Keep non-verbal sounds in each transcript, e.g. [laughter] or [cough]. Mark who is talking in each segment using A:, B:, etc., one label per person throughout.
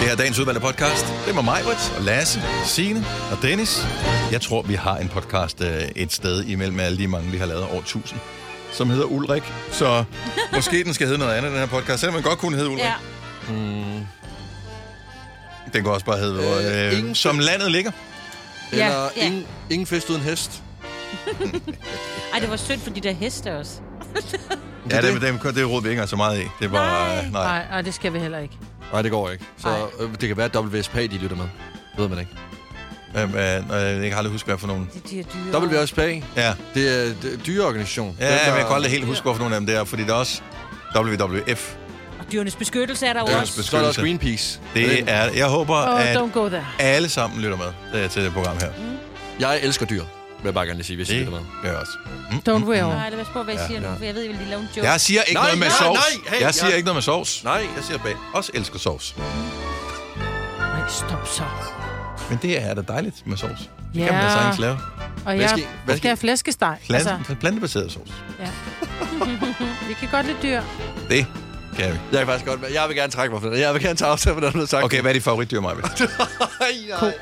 A: her er dagens udvalgte podcast. Det var mig, Britt, og Lasse, Signe og Dennis. Jeg tror, vi har en podcast øh, et sted imellem alle de mange, vi har lavet over 1000, som hedder Ulrik.
B: [laughs]
A: Så måske den skal hedde noget andet, den her podcast, selvom den godt kunne hedde Ulrik.
B: Ja.
A: Mm. Den kan også bare hedde, øh,
C: Øh,
A: øh,
C: ingen-
A: som landet ligger.
B: Ja,
C: Eller
B: ja.
C: Ingen, ingen fest uden hest.
B: Ej, det var sødt for de der heste
A: [laughs]
B: også.
C: Det
A: Ja,
C: er
A: det,
C: det.
A: det, det, det råd vi ikke så meget i. Det er bare, nej. nej.
D: Nej, nej, det skal vi heller ikke.
C: Nej, det går ikke. Så
D: Ej.
C: øh, det kan være, at WSP de lytter med. Det ved man ikke.
A: Øhm, øh, øh, jeg kan aldrig huske, hvad for nogen.
B: De, de er dyre.
C: WSP,
A: Ja,
C: det er det er en dyreorganisation.
A: ja men jeg kan aldrig helt huske, hvorfor nogen af dem der, fordi det er også WWF.
B: Og dyrenes beskyttelse er der jo
A: Ja.
B: også.
C: Så er der også Greenpeace.
A: Det er, jeg håber,
D: Oh,
A: at
D: don't go there.
A: alle sammen lytter med øh, til det program her.
B: Mm.
C: Jeg elsker dyr, vil jeg bare gerne lige sige, hvis I lytter med.
A: Det gør jeg også. Mm.
D: Don't wear over.
B: Nej, det var spurgt, hvad I siger nu, for jeg ved, I vil lige lave en joke.
A: Jeg siger ikke
C: Nej,
A: noget med
C: nej,
A: sovs.
C: nej, hey,
A: jeg siger
C: jeg-
A: ikke noget med sovs.
C: Nej.
A: Jeg siger bag. Også elsker sovs.
D: Nej, stop så.
A: Men det er da dejligt med sovs. Det
D: Ja.
A: kan man da sagtens lave.
D: Og
C: Hvad
D: jeg
C: skal I- hvad skal
D: skal
C: I-
D: have flæskesteg.
A: [laughs] Plante, altså. Plantebaseret sovs.
D: ja. vi kan godt lide dyr.
C: Øh,
A: Det kan vi.
C: Jeg kan faktisk godt være. Jeg vil gerne trække mig for det. Jeg vil gerne tage afstand for det, der blev sagt.
A: Okay, hvad er dit favoritdyr, Maja?
C: Ej, nej.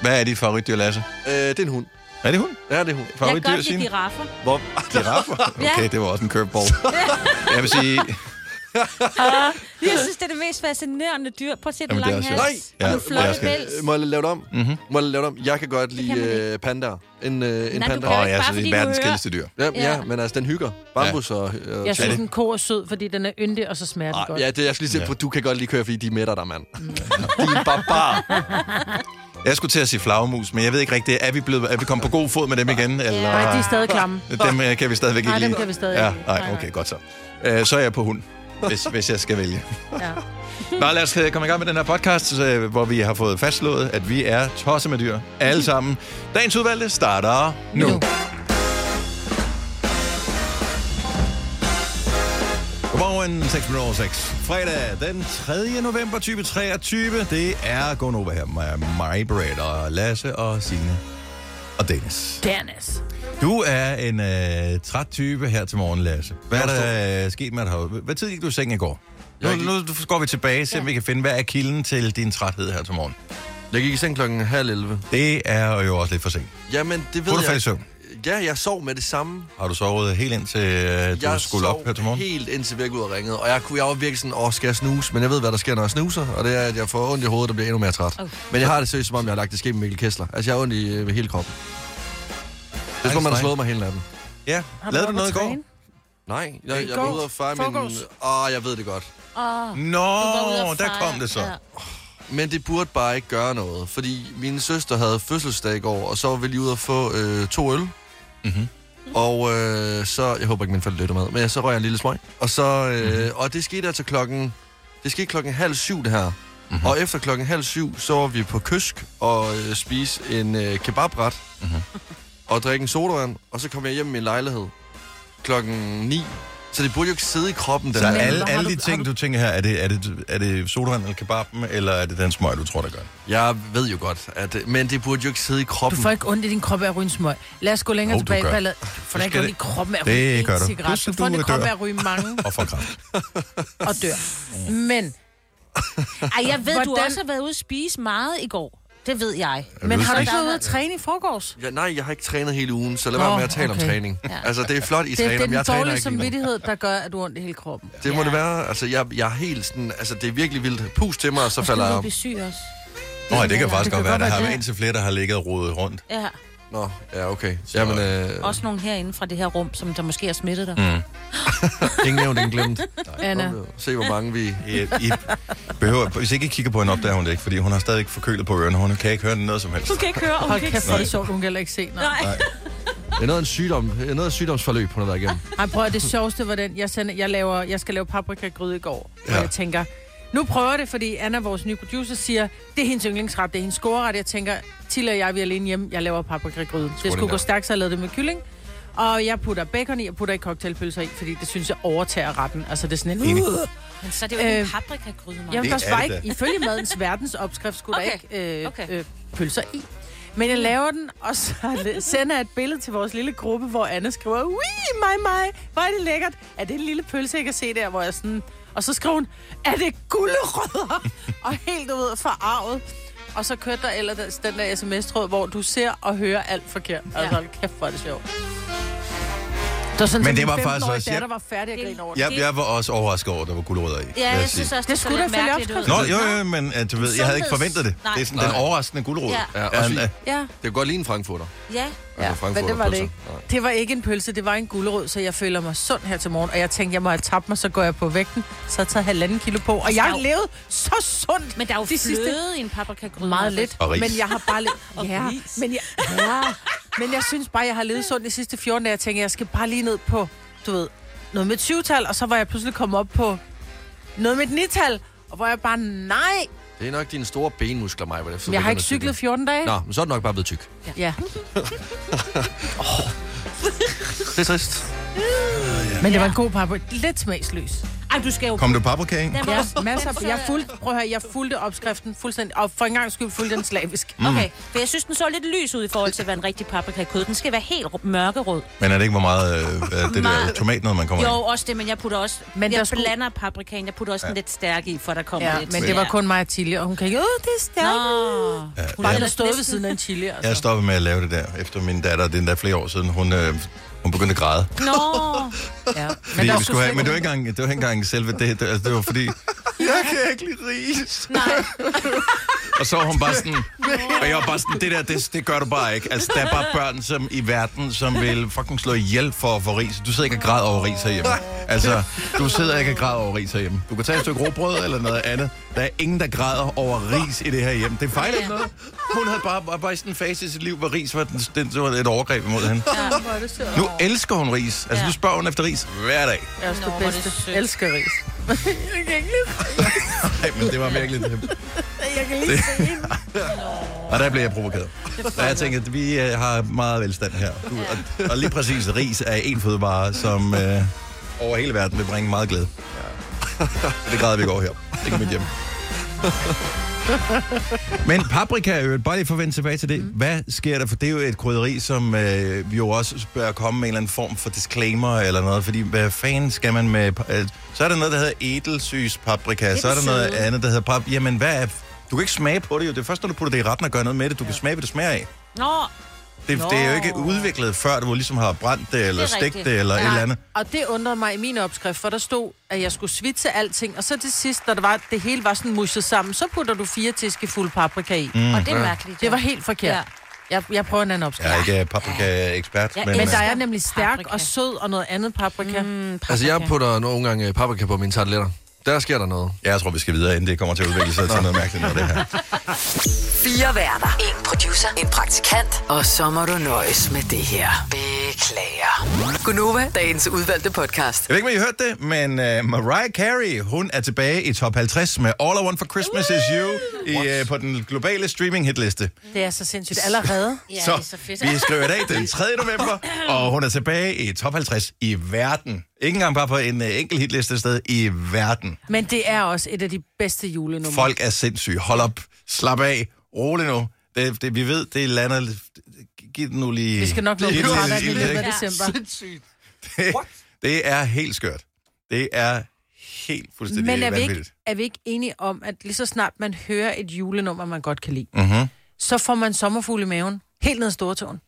A: Hvad er dit favoritdyr, Lasse?
C: Øh, det er en hund.
A: Er det hun?
C: Ja, det er en hund.
B: jeg kan
A: Favoritdyr,
B: godt lide
A: Signe? [laughs]
B: giraffer.
C: Hvor?
A: Giraffer? Okay, det var også en
B: [laughs]
A: curveball. Jeg vil sige...
B: Ah, Jeg synes, det er det mest fascinerende dyr. Prøv at se den
A: Jamen, det er
B: lange
A: også-
B: hals. og
A: Nej, ja,
B: den flotte
A: jeg skal-
B: pels.
C: Øh, Må jeg lave det om?
A: Mhm.
C: Må jeg lave det om? Jeg kan godt lide
B: kan man
C: øh, pandaer. En, øh, en
B: Nej, du
C: panda.
B: kan
A: Åh
B: jo
A: oh,
B: ikke
A: ja,
B: bare,
A: så det
B: fordi
A: er
B: du
A: verdens
B: hører.
A: kældeste dyr.
C: Ja, ja.
B: Ja.
C: men altså, den hygger. Bambus og... Øh,
D: Jeg synes,
A: det?
D: en ko er sød, fordi den er yndig, og så smager den
C: Ah,
D: godt.
C: ja, det, jeg skulle lige
A: Ja.
C: sige, ja. du kan godt lige køre, fordi de mætter dig,
A: [laughs]
C: mand. De er barbar.
A: Jeg skulle til at sige flagermus, men jeg ved ikke rigtigt, er vi, blevet, er vi kommet på god fod med dem igen? Eller?
D: Nej, de er stadig klamme.
A: Dem øh, kan vi stadigvæk ikke
D: Nej, dem
A: lide.
D: kan vi stadig
A: ja,
D: ikke lide.
A: Nej,
D: Nej,
A: okay,
D: nej.
A: godt så. Øh, så er jeg på hund, hvis, hvis jeg skal vælge.
D: Ja.
A: Nå, lad os øh, komme i gang med den her podcast, øh, hvor vi har fået fastslået, at vi er tosset med dyr. Alle sammen. Dagens udvalgte starter nu.
D: Nu.
A: Godmorgen, 6 minutter over 6. Fredag den 3. november 2023. Det er Gonova her med mig, Britt og Lasse og Signe og Dennis.
D: Dernes.
A: Du er en øh, træt type her til morgen, Lasse. Hvad er der øh, sket med dig? herude? Hvad tid gik du i seng i går? Nu,
C: Jeg gik-
A: nu går vi tilbage, så ja. vi kan finde, hvad er kilden til din træthed her til morgen.
C: Jeg gik i seng klokken halv 11.
A: Det er jo også lidt for sent.
C: Jamen, det ved
A: Kunne du falde i
C: jeg.
A: søvn?
C: Ja, jeg sov med det samme.
A: Har du sovet helt indtil øh, du
C: jeg
A: skulle
C: sov
A: op her til morgen?
C: helt indtil vi ikke ud og ringede. Og jeg, kunne, jeg var virkelig sådan, åh, skal jeg snuse? Men jeg ved, hvad der sker, når jeg snuser. Og det er, at jeg får ondt i hovedet og bliver endnu mere træt.
B: Uh.
C: Men jeg har det seriøst, som om jeg har lagt det ske med Mikkel Kessler. Altså, jeg har ondt i øh, hele kroppen. Det tror man har
A: Einstein.
C: slået mig hele natten.
A: Ja. Lavede du noget i går?
C: Nej, jeg, jeg
D: går.
C: var ude og fejre min...
D: Forgårs.
C: Åh, jeg ved det godt.
B: Åh, du var ude
A: Nå,
B: at
A: der
B: fejre.
A: kom det så.
B: Ja.
C: Men det burde bare ikke gøre noget, fordi min søster havde fødselsdag i går, og så var vi lige ude og få øh, to øl.
A: Mhm.
C: Og øh, så, jeg håber ikke, min forældre lytter med, men så røg jeg en lille smøg. Og, så, øh,
A: Mhm.
C: og det skete altså klokken, det skete klokken halv syv det her.
A: Mhm.
C: Og efter klokken halv syv, så var vi på Kysk og øh, spise en øh, kebabret
A: Mhm.
C: og drikke en sodavand. Og så kom jeg hjem i min lejlighed klokken 9. Så det burde jo ikke sidde i kroppen, den
A: Så
C: her.
D: Men
A: alle,
D: har
A: alle
D: du-
A: de
D: har
A: ting,
D: du-
A: du tænker her, er det, er det, er det sodavand eller kebaben, eller er det den smøg, du tror, der gør? det?
C: Jeg ved jo godt, at, øh, men det burde jo ikke sidde i
D: Du
C: kroppen.
D: får ikke ondt i din krop af at ryge en smøg. Lad os gå længere
A: Jo, du
D: tilbage.
A: gør.
D: Ballad. Du får da ikke
A: skal
D: ondt i kroppen af at
A: det
D: ryge
A: gør
D: en
A: du.
D: cigaret. Du
A: Pludselig
D: får ondt i
A: du
D: kroppen
A: dør.
D: af at ryge mange
A: Og for kraft.
D: og dør. Men,
B: Ej, jeg ved, du
D: Hvordan-
B: også har været ude at spise meget i går. Det ved jeg.
D: men har du
A: spise-
D: ikke været ude at træne i forgårs?
C: Ja, nej, jeg har ikke trænet hele ugen, så lad
D: Nå,
C: være med at tale okay.
D: okay.
C: om træning. Ja.
B: Ja.
C: Altså, det er flot, I
D: Det,
C: træner,
D: det er
C: men
D: den
C: jeg træner
D: dårlige
C: ikke lige nu.
D: samvittighed, der gør, at du har ondt i hele kroppen.
C: Det må
B: Ja.
C: det være. Altså, jeg, jeg er helt sådan... Altså, det er virkelig vildt. Pus til mig, og så falder jeg
B: Du
C: om.
B: bliver syg også.
A: Nå, det kan
D: Det
A: faktisk
D: kan
A: godt være,
D: godt
A: der
D: være
A: har
D: det.
A: været indtil flere, der har ligget og rodet rundt.
B: Ja,
C: Nå, ja, okay. Jamen, øh,
B: også nogen herinde fra det her rum, som der måske har smittet dig.
A: Mm.
C: Mm. [laughs] ingen nævnt, ingen glemt.
B: [laughs]
D: Anna.
C: Se, hvor mange vi...
A: I, I behøver, hvis ikke I kigger på hende, opdager hun det ikke, fordi hun har stadig ikke forkølet på ørerne. Hun kan ikke høre noget som helst.
B: Du kan ikke høre, om
D: Hold
B: du kan
D: kæft,
B: ikke
D: hvor er det
B: se.
D: sjovt, hun kan heller ikke se. Nej.
B: Nej.
C: Det er noget af en sygdom, det er noget af et sygdomsforløb, hun har været igennem.
D: Ej, prøv at det sjoveste var den, jeg, sender, jeg, laver, jeg skal lave paprikagryde i går, ja.
A: Ja.
D: og jeg tænker, nu prøver jeg det, fordi Anna, vores nye producer, siger, det er hendes yndlingsret, det er hendes scoreret. Jeg tænker, Tilla og jeg, vi er alene hjemme, jeg laver paprikagryde. Det skulle
C: der.
D: gå stærkt, så jeg lavede det med kylling. Og jeg putter bacon i, og putter ikke cocktailpølser i, fordi det synes jeg overtager retten. Altså, det er sådan en...
A: Enig.
D: Uh,
B: Men så er det jo ikke en
D: Øh,
B: paprikagryde, mig.
D: Jamen,
A: Det
D: der
A: er
D: var
A: det
D: ikke, ifølge madens verdensopskrift, skulle okay.
B: Okay,
D: der ikke øh,
B: okay.
D: okay. øh, pølser i. Men jeg laver den, og så [laughs] le- sender jeg et billede til vores lille gruppe, hvor Anne skriver, Ui, mig, mig, hvor er det lækkert. Er det en lille pølse, jeg kan se der, hvor jeg sådan... Og så skrev hun, er det gulerødder? [laughs] og helt, du ved, forarvet. Og så kørte der ellers den der sms-tråd, hvor du ser og hører alt forkert. Ja. Altså,
B: Ja.
D: hold kæft, hvor er det sjovt. Det var sådan,
A: Men
D: at
A: det
D: min
A: var faktisk
D: 15-årige
A: også-
D: datter var færdig at
B: Det-
D: grine over det.
A: Jeg, jeg var også overrasket over, at der var gulerødder i. vil
B: Ja, jeg
A: sige.
B: synes også, det,
D: Det skulle
B: så
D: da
B: lidt
D: følge
B: mærkeligt ud.
A: Nå, jo, jo, men at, du ved, jeg havde ikke
B: Sundheds-
A: forventet det.
B: Nej.
A: Det er sådan den
C: Nej.
A: overraskende gulerod.
B: Ja.
C: Ja, også
A: Ja,
C: fordi-
D: Ja,
C: Det kunne godt lige en frankfurter.
B: Ja,
D: ja.
C: Altså,
D: men det var det
C: frankfurterpølser.
D: ikke. Det var ikke en pølse, det var en gulerod, så jeg føler mig sund her til morgen. Og jeg tænkte, jeg må have tabt mig, så går jeg på vægten. Så har jeg taget halvanden kilo på, og jeg har
B: Stav.
D: levet så sundt.
B: men der er jo
D: De sidste-
B: fløde i en paprikagryde.
D: Meget lidt.
A: Og ris.
D: Men jeg har bare lidt...
B: [laughs] Og
D: ja,
B: ris.
D: men jeg, ja, men jeg synes bare, jeg har levet sundt de sidste 14 dage. Jeg tænker, jeg skal bare lige ned på, du ved, noget med 20-tal, og så var jeg pludselig kommet op på noget med et 9-tal, og hvor jeg bare, nej,
C: Det er nok dine store benmuskler, mig.
D: men jeg har ikke cyklet 14 dage.
C: Nå, men så er du nok bare blevet tyk.
D: Ja,
C: Det er trist.
D: men det var en god pappe. Lidt smagsløs.
B: Ej, du skal jo...
A: Kom du paprika i?
B: Den var også-
D: Ja, masser.
B: den
D: af-
B: så-
D: Jeg fulgte, prøv at høre, jeg fulgte opskriften fuldstændig, og for en gang skyld fulgte den slavisk.
A: Mm.
B: Okay, for jeg synes, den så lidt lys ud i forhold til, hvad en rigtig paprikakød. Den skal være helt ru- mørkerød.
A: Men er det ikke, hvor meget øh, af det der
B: Meget.
A: tomat, noget man kommer
B: Jo,
A: ind?
B: også det, men jeg putter også...
D: Men
B: Men jeg
D: der skulle-
B: blander paprikaen, jeg putter også ja. den lidt stærk i, for der kommer
D: Ja,
B: lidt.
D: men det var kun mig og Tilly, og hun kan ikke, åh, det er
B: Nå.
D: stærkt.
B: Hun
D: Bare
B: havde
D: den har
B: næsten-
D: stået ved siden af en chili, altså.
A: Jeg stoppede med at lave det der, efter min datter, det er endda flere år siden, hun, øh, hun begyndte at græde.
B: Nå,
D: [laughs] Ja. Men,
A: Fordi
D: der
A: vi skulle
D: skulle
A: have, men det
D: slet-
A: var ikke engang, det var ikke engang selve det, det, altså, det var fordi, [laughs] jeg kan ikke lide ris. [laughs]
B: nej.
A: Og så var hun bare sådan, og jeg var bare sådan, det der, det, det gør du bare ikke. Altså, der er bare børn som i verden, som vil fucking slå ihjel for at få ris. Du sidder ikke og græder over ris herhjemme. Altså, du sidder ikke og græder over ris herhjemme. Du kan tage et stykke råbrød eller noget andet. Der er ingen, der græder over ris i det her hjem. Det fejler ikke noget. Hun havde bare, bare, bare sådan en fase i sit liv, hvor ris var, den, den, det var et overgreb imod hende. Nu elsker hun ris. Altså, nu spørger hun efter ris hver dag.
D: Jeg er også
B: Nå,
D: det
B: hvor er det
D: bedste.
B: sødt.
D: Elsker
B: [laughs]
D: ris. jeg kan ikke lide
A: Nej, men det var virkelig det.
D: Jeg kan lige se hende.
A: Og der blev jeg provokeret. Og jeg tænkte, at vi øh, har meget velstand her. Du, og, og lige præcis ris er en fødevare, som øh, over hele verden vil bringe meget glæde. det græder vi ikke over her. Ikke i mit hjem. Men paprika er jo, bare lige for at vende tilbage til det, hvad sker der? For det er jo et krydderi, som øh, vi jo også bør komme med en eller anden form for disclaimer eller noget, fordi hvad fanden skal man med... pa- Øh, så er der noget, der hedder edelsygs paprika, så er der noget
B: søde.
A: andet, der hedder paprika. Jamen, hvad er... Du kan ikke smage på det jo. Det er først, når du putter det i retten og gør noget med det, du kan smage, hvad det smager af.
B: Nå,
A: Det,
B: Nå.
A: det er jo ikke udviklet før, du ligesom har brændt det, eller
B: Det er
A: stegt
B: rigtigt.
A: det, eller et eller andet.
D: Og det undrede mig i min opskrift, for der stod, at jeg skulle svitse alting, og så til sidst, når det, var, det hele var sådan musset sammen, så putter du fire teskefulde paprika i. Mm.
B: og det er mærkeligt.
D: Det var helt forkert. Ja.
B: Ja.
D: Jeg, jeg prøver en anden
A: Jeg
D: opskrift.
A: er
D: Ja.
A: ikke øh, paprika-ekspert,
B: Jeg
A: men...
D: Men
A: øh,
D: der er nemlig stærk
B: Paprika.
D: og sød og noget andet paprika. Mm.
C: Altså, jeg putter nogle gange øh, paprika på mine tarteletter. Der sker der noget.
A: Jeg tror, vi skal videre, inden det kommer til at udvikle sig til noget mærkeligt noget, det her.
E: Fire værter. En producer. En praktikant. Og så må du nøjes med det her. Beklager. Gunova, dagens udvalgte podcast.
A: Jeg ved ikke, om I har hørt det, men uh, Mariah Carey, hun er tilbage i top 50 med All I Want For Christmas Is You i, uh, på den globale streaming hitliste.
D: Det er så sindssygt
B: [laughs]
D: allerede.
B: Ja, det er så fedt.
A: vi skriver i dag den 3. november, og hun er tilbage i top 50 i verden. Ikke engang bare på en uh, enkelt hitliste et sted i verden.
D: Men det er også et af de bedste julenumre.
A: Folk er sindssyge. Hold op. Slap af. Rolig nu. Det, det, vi ved, det lander... lidt- Giv den nu lige...
D: Vi skal nok nå
A: giv
D: det
A: den
D: fra
A: lidt-
D: dig i
A: lidt-
D: løbet af
A: lidt-
D: december.
A: [laughs] Det, det er helt skørt. Det er helt fuldstændig
D: Men er vi, ikke,
A: vanvittigt.
D: er vi ikke enige om, at lige så snart man hører et julenummer, man godt kan lide,
A: Mhm.
D: så får man sommerfugl i maven, helt ned i stortåen.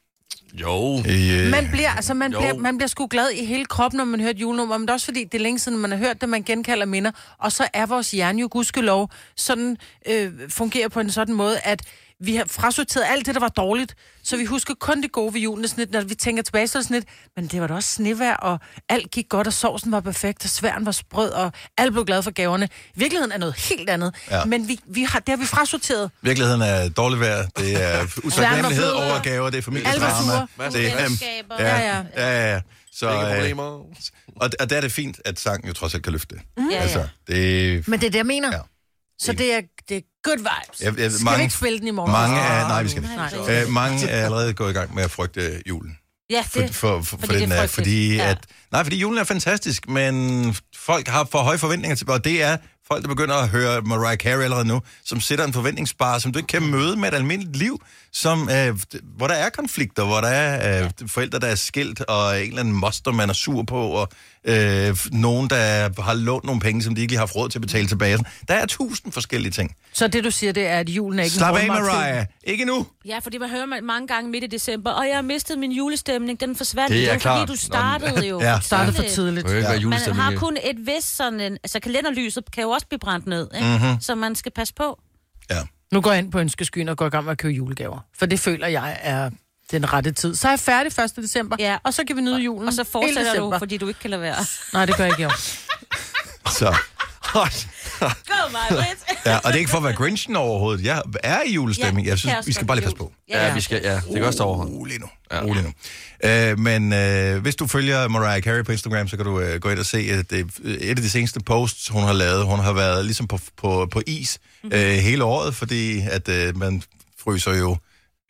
C: Jo.
A: Øh,
D: Man bliver, altså, man,
C: Jo.
D: bliver, man bliver sgu glad i hele kroppen, når man hører et julenummer, men det er også fordi, det er længe siden, man har hørt det, man genkalder minder, og så er vores hjerne jo gudskelov sådan, øh, fungerer på en sådan måde, at vi har frasorteret alt det, der var dårligt, så vi husker kun det gode ved julen, Det er sådan lidt, når vi tænker tilbage, så er det sådan lidt, men det var da også snevær, og alt gik godt, og sovsen var perfekt, og sværen var sprød, og alle blev glade for gaverne. Virkeligheden er noget helt andet,
A: Ja.
D: ja. men vi, vi har, det har vi frasorteret.
A: Virkeligheden er dårlig vejr. Det
D: [laughs]
A: er utaknemmelighed
D: Alle var
A: over
D: fede.
A: gaver. Det er
D: Alle var
A: familiedrama.
C: sure.
A: Det er
B: Venskaber.
A: Ja,
D: Ja,
A: ja,
D: ja.
A: ja. ja. Så,
C: Ingen
A: øh,
C: problemer.
A: og, og der er det fint, at sangen jo trods alt kan løfte det.
D: Mm.
B: ja.
A: Altså, det
D: Men det er det, jeg mener.
A: Ja.
D: Ja. Så det er, det er good vibes.
A: Jeg- jeg-
D: Skal
A: mange-
D: vi ikke spille den i morgen?
A: mange er, nej, vi skal
D: Nej.
A: ikke. Øh, mange er allerede gået i gang med at frygte julen.
B: Ja,
A: For,
B: det...
A: for, for, for
B: fordi det er
A: den er,
B: frygteligt.
A: fordi
B: Ja.
A: at, nej, fordi julen er fantastisk, men folk har for høje forventninger til, og det er folk, der begynder at høre Mariah Carey allerede nu, som sætter en forventningsbar, som du ikke kan møde med et almindeligt liv, som, øh, d- hvor der er konflikter, hvor der er øh, forældre, der er skilt, og en eller anden moster, man er sur på, og øh, f- nogen, der har lånt nogle penge, som de ikke lige har haft råd til at betale tilbage. Der er tusind forskellige ting.
D: Så det, du siger, det er, at julen er ikke
A: Slap
D: en
A: af,
D: Hallmark-film.
A: Mariah. Ikke nu.
B: Ja, for det man hører man mange gange midt i december. Og jeg har mistet min julestemning, den forsvandt.
C: Det er
B: var
C: klart.
B: fordi du startede jo.
A: Ja.
B: Du
D: Startede for tidligt.
C: Det er jo ikke være
B: Man
C: julestemning.
B: har kun et vist sådan en... Altså kalenderlyset kan jo også blive brændt ned, ikke?
C: Mhm.
B: Mm-hmm. Så man skal passe på.
A: Ja.
D: Nu går jeg ind på ønskeskyen og går i gang med at købe julegaver. For det føler jeg er den rette tid. Så er jeg færdig 1. december,
B: Ja.
D: og så kan vi nyde julen.
B: Og så
D: hele
B: fortsætter du,
D: december.
B: fordi du ikke kan lade være.
D: Nej, det gør jeg ikke i år.
B: [laughs]
A: Så.
B: Go, mig,
A: [laughs] Ja, og det er ikke for at være grinchen overhovedet. Jeg er i julestemning.
B: Ja,
A: Jeg
B: kan
A: synes,
B: også
A: vi skal
B: godt
A: bare lige
B: lide
A: passe på.
B: Ja,
C: Ja, vi skal, ja, det kan også tage overhånd.
A: Rolig nu. Rolig nu. Øh, men øh, hvis du følger Mariah Carey på Instagram, så kan du øh, gå ind og se at det, øh, et af de seneste posts, hun har lavet. Hun har været ligesom på, på, på is
B: Mhm.
A: øh, hele året, fordi at øh, man fryser jo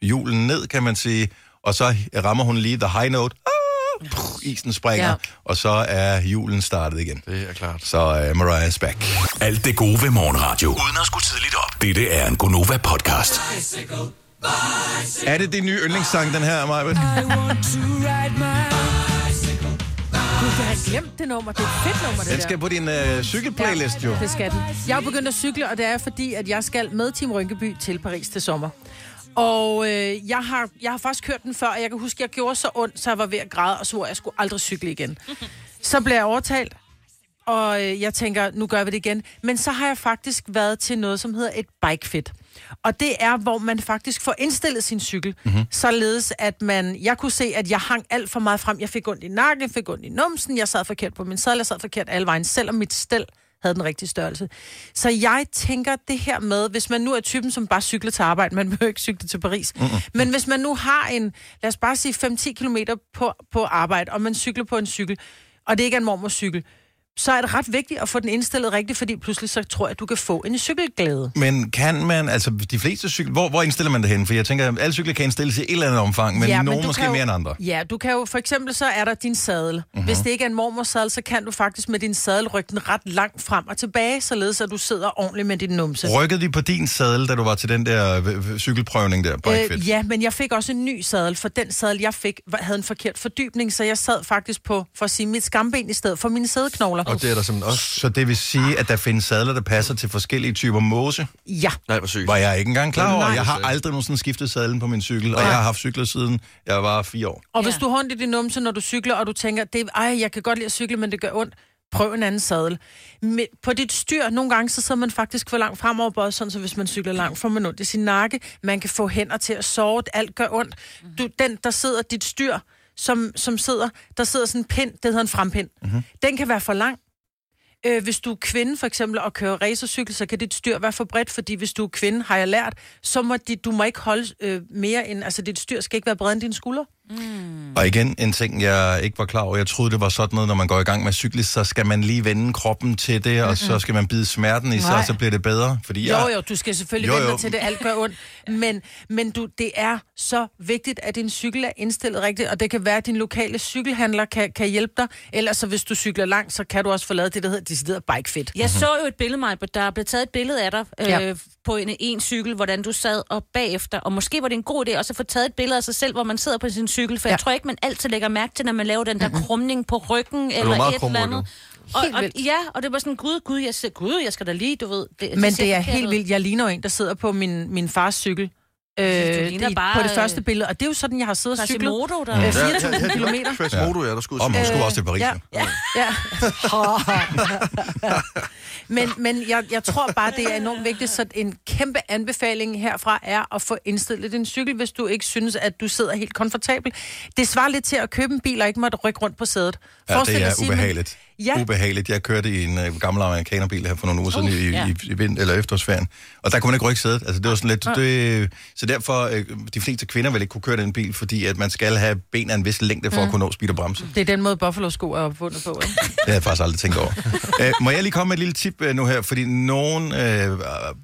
A: julen ned, kan man sige. Og så rammer hun lige the high note. Ah, puh, isen springer,
D: Ja.
A: og så er julen startet igen.
C: Det er klart.
A: Så øh, Mariah is back.
F: Alt det gode ved morgenradio. Uden at skulle tidligt op. Dette er en Gonova-podcast.
A: Er det din nye yndlingssang, den her,
D: Øh,
A: Maja?
D: Du kan have glemt det nummer. Det er et fedt nummer, det
A: Den
D: der.
A: skal på din øh, cykelplaylist, jo.
D: Det skal den. Jeg er begyndt at cykle, og det er fordi, at jeg skal med Team Rynkeby til Paris til sommer. Og øh, jeg, har, jeg har faktisk kørt den før, og jeg kan huske, at jeg gjorde så ondt, så jeg var ved at græde og svor, at jeg skulle aldrig cykle igen. Så blev jeg overtalt, og øh, jeg tænker, nu gør vi det igen. Men så har jeg faktisk været til noget, som hedder et bike fit. Og det er, hvor man faktisk får indstillet sin cykel, mm-hmm. således at man... Jeg kunne se, at jeg hang alt for meget frem. Jeg fik ondt i nakken, jeg fik ondt i numsen, jeg sad forkert på min sadel, jeg sad forkert alle vejen, selvom mit stel havde den rigtige størrelse. Så jeg tænker det her med, hvis man nu er typen, som bare cykler til arbejde, man [laughs] behøver ikke cykle til Paris, mm-hmm. men hvis man nu har en, lad os bare sige 5-10 km på, på arbejde, og man cykler på en cykel, og det ikke er en mormors cykel, så er det ret vigtigt at få den indstillet rigtigt, fordi pludselig så tror jeg, at du kan få en cykelglæde.
A: Men kan man, altså de fleste cykler, hvor, hvor indstiller man det hen? For jeg tænker, at alle cykler kan indstilles i et eller andet omfang, men ja, nogen
D: du
A: men måske
D: kan jo,
A: mere end andre. Mhm.
D: Ja, du kan jo, for eksempel så er der din sadel. Mm-hmm. Hvis det ikke er en mormors sadel, så kan du faktisk med din sadel rykke den ret langt frem og tilbage, således at du sidder ordentligt med din numse.
A: Rykkede de på din sadel, da du var til den der øh, øh, cykelprøvning der? Bike Fit?
D: Øh, ja, men jeg fik også en ny sadel, for den sadel, jeg fik, var- havde en forkert fordybning, så jeg sad faktisk på, for at sige, mit skamben i stedet for mine sædeknogler.
C: Og det er der simpelthen også.
A: Så det vil sige, at der findes sadler, der passer til forskellige typer mose?
D: Ja,
C: Nej, hvor sygt.
A: Var jeg ikke engang klar over.
D: Nej.
A: Jeg har aldrig nogensinde skiftet sadlen på min cykel, og jeg har haft cykler siden jeg var fire år.
D: og hvis du har ondt i din numse, når du cykler, og du tænker, det, ej, jeg kan godt lide at cykle, men det gør ondt, prøv en anden sadel. Men på dit styr, nogle gange, så sidder man faktisk for langt fremover, både sådan, så hvis man cykler langt, får man ondt i sin nakke, man kan få hænder til at sove, alt gør ondt. Du, den, der sidder dit styr, som, som sidder, der sidder sådan en pind, det hedder en frempind. Mm-hmm. Den kan være for lang, Øh, hvis du er kvinde for eksempel og kører racercykel, så kan dit styr være for bredt, fordi hvis du er kvinde, har jeg lært, så må dit, du må ikke holde øh, mere end, altså dit styr skal ikke være bredere end dine skuldre.
A: Og igen, en ting, jeg ikke var klar over. Jeg troede, det var sådan noget, når man går i gang med at cykle, så skal man lige vende kroppen til det, og så skal man bide smerten i sig,
D: Nej.
A: og så bliver det bedre. Fordi jeg,
D: Jo, jo, du skal selvfølgelig
A: Jo,
D: jo, jo. vende
A: jo.
D: dig til det, alt gør ondt. Men, men du, det er så vigtigt, at din cykel er indstillet rigtigt, og det kan være, at din lokale cykelhandler kan, kan hjælpe dig. Ellers så hvis du cykler langt, så kan du også få lavet det, der hedder decideret bikefit.
B: Jeg så jo et billede, Maja, hvor der blev taget et billede af dig øh,
D: Mhm. Ja.
B: ja. på en, en cykel, hvordan du sad og bagefter. Og måske var det en god idé også at få taget et billede af sig selv, hvor man sidder på sin cykel. For ja.
D: Ja. Mhm.
B: jeg tror ikke, man altid lægger mærke til, når man laver den der krumning på ryggen eller
C: meget
B: et eller andet.
C: krumrygget.
B: Og,
D: Helt
B: og,
D: vildt.
B: ja, og det var sådan, gud, gud, jeg, ser, gud, jeg skal da lige, du ved. Det,
D: Men
B: ser
D: det er
B: forkert
D: helt
B: ud.
D: vildt. Jeg ligner jo en, der sidder på min, min fars cykel. Øh,
B: ligner
D: det,
B: bare,
D: på det
B: øh,
D: første billede, og det er jo sådan, jeg har siddet og cyklet.
B: Quasimodo, der...
D: Øh,
C: Mm.
B: Ja.
D: 4.000 kilometer.
C: Chris Modo, ja, der skulle
A: Og man skulle også til Paris,
D: Ja.
A: jo.
D: Ja. [laughs] men men jeg, jeg tror bare, det er enormt vigtigt, så en kæmpe anbefaling herfra er at få indstillet din cykel, hvis du ikke synes, at du sidder helt komfortabel. Det svarer lidt til at købe en bil og ikke måtte rykke rundt på sædet.
A: Ja,
D: Forestil
A: det
D: dig
A: er
D: at sige, men-
A: ubehageligt.
D: Ja.
A: Ja. Ubehageligt. Jeg kørte i en øh, gammel amerikanerbil her for nogle uger siden uh, i,
B: ja.
A: i, i vind, eller efterårsferien, og der kunne man ikke rykke sædet. Altså, det var sådan lidt... Det, så derfor, øh, de fleste kvinder vil ikke kunne køre den bil, fordi at man skal have ben af en vis længde for mm. at kunne nå speed og bremse.
D: Det er den måde, Buffalo-sko er opfundet på. Ikke?
A: [laughs] Det har jeg faktisk aldrig tænkt over. Æ, må jeg lige komme med et lille tip øh, nu her, fordi nogen øh, har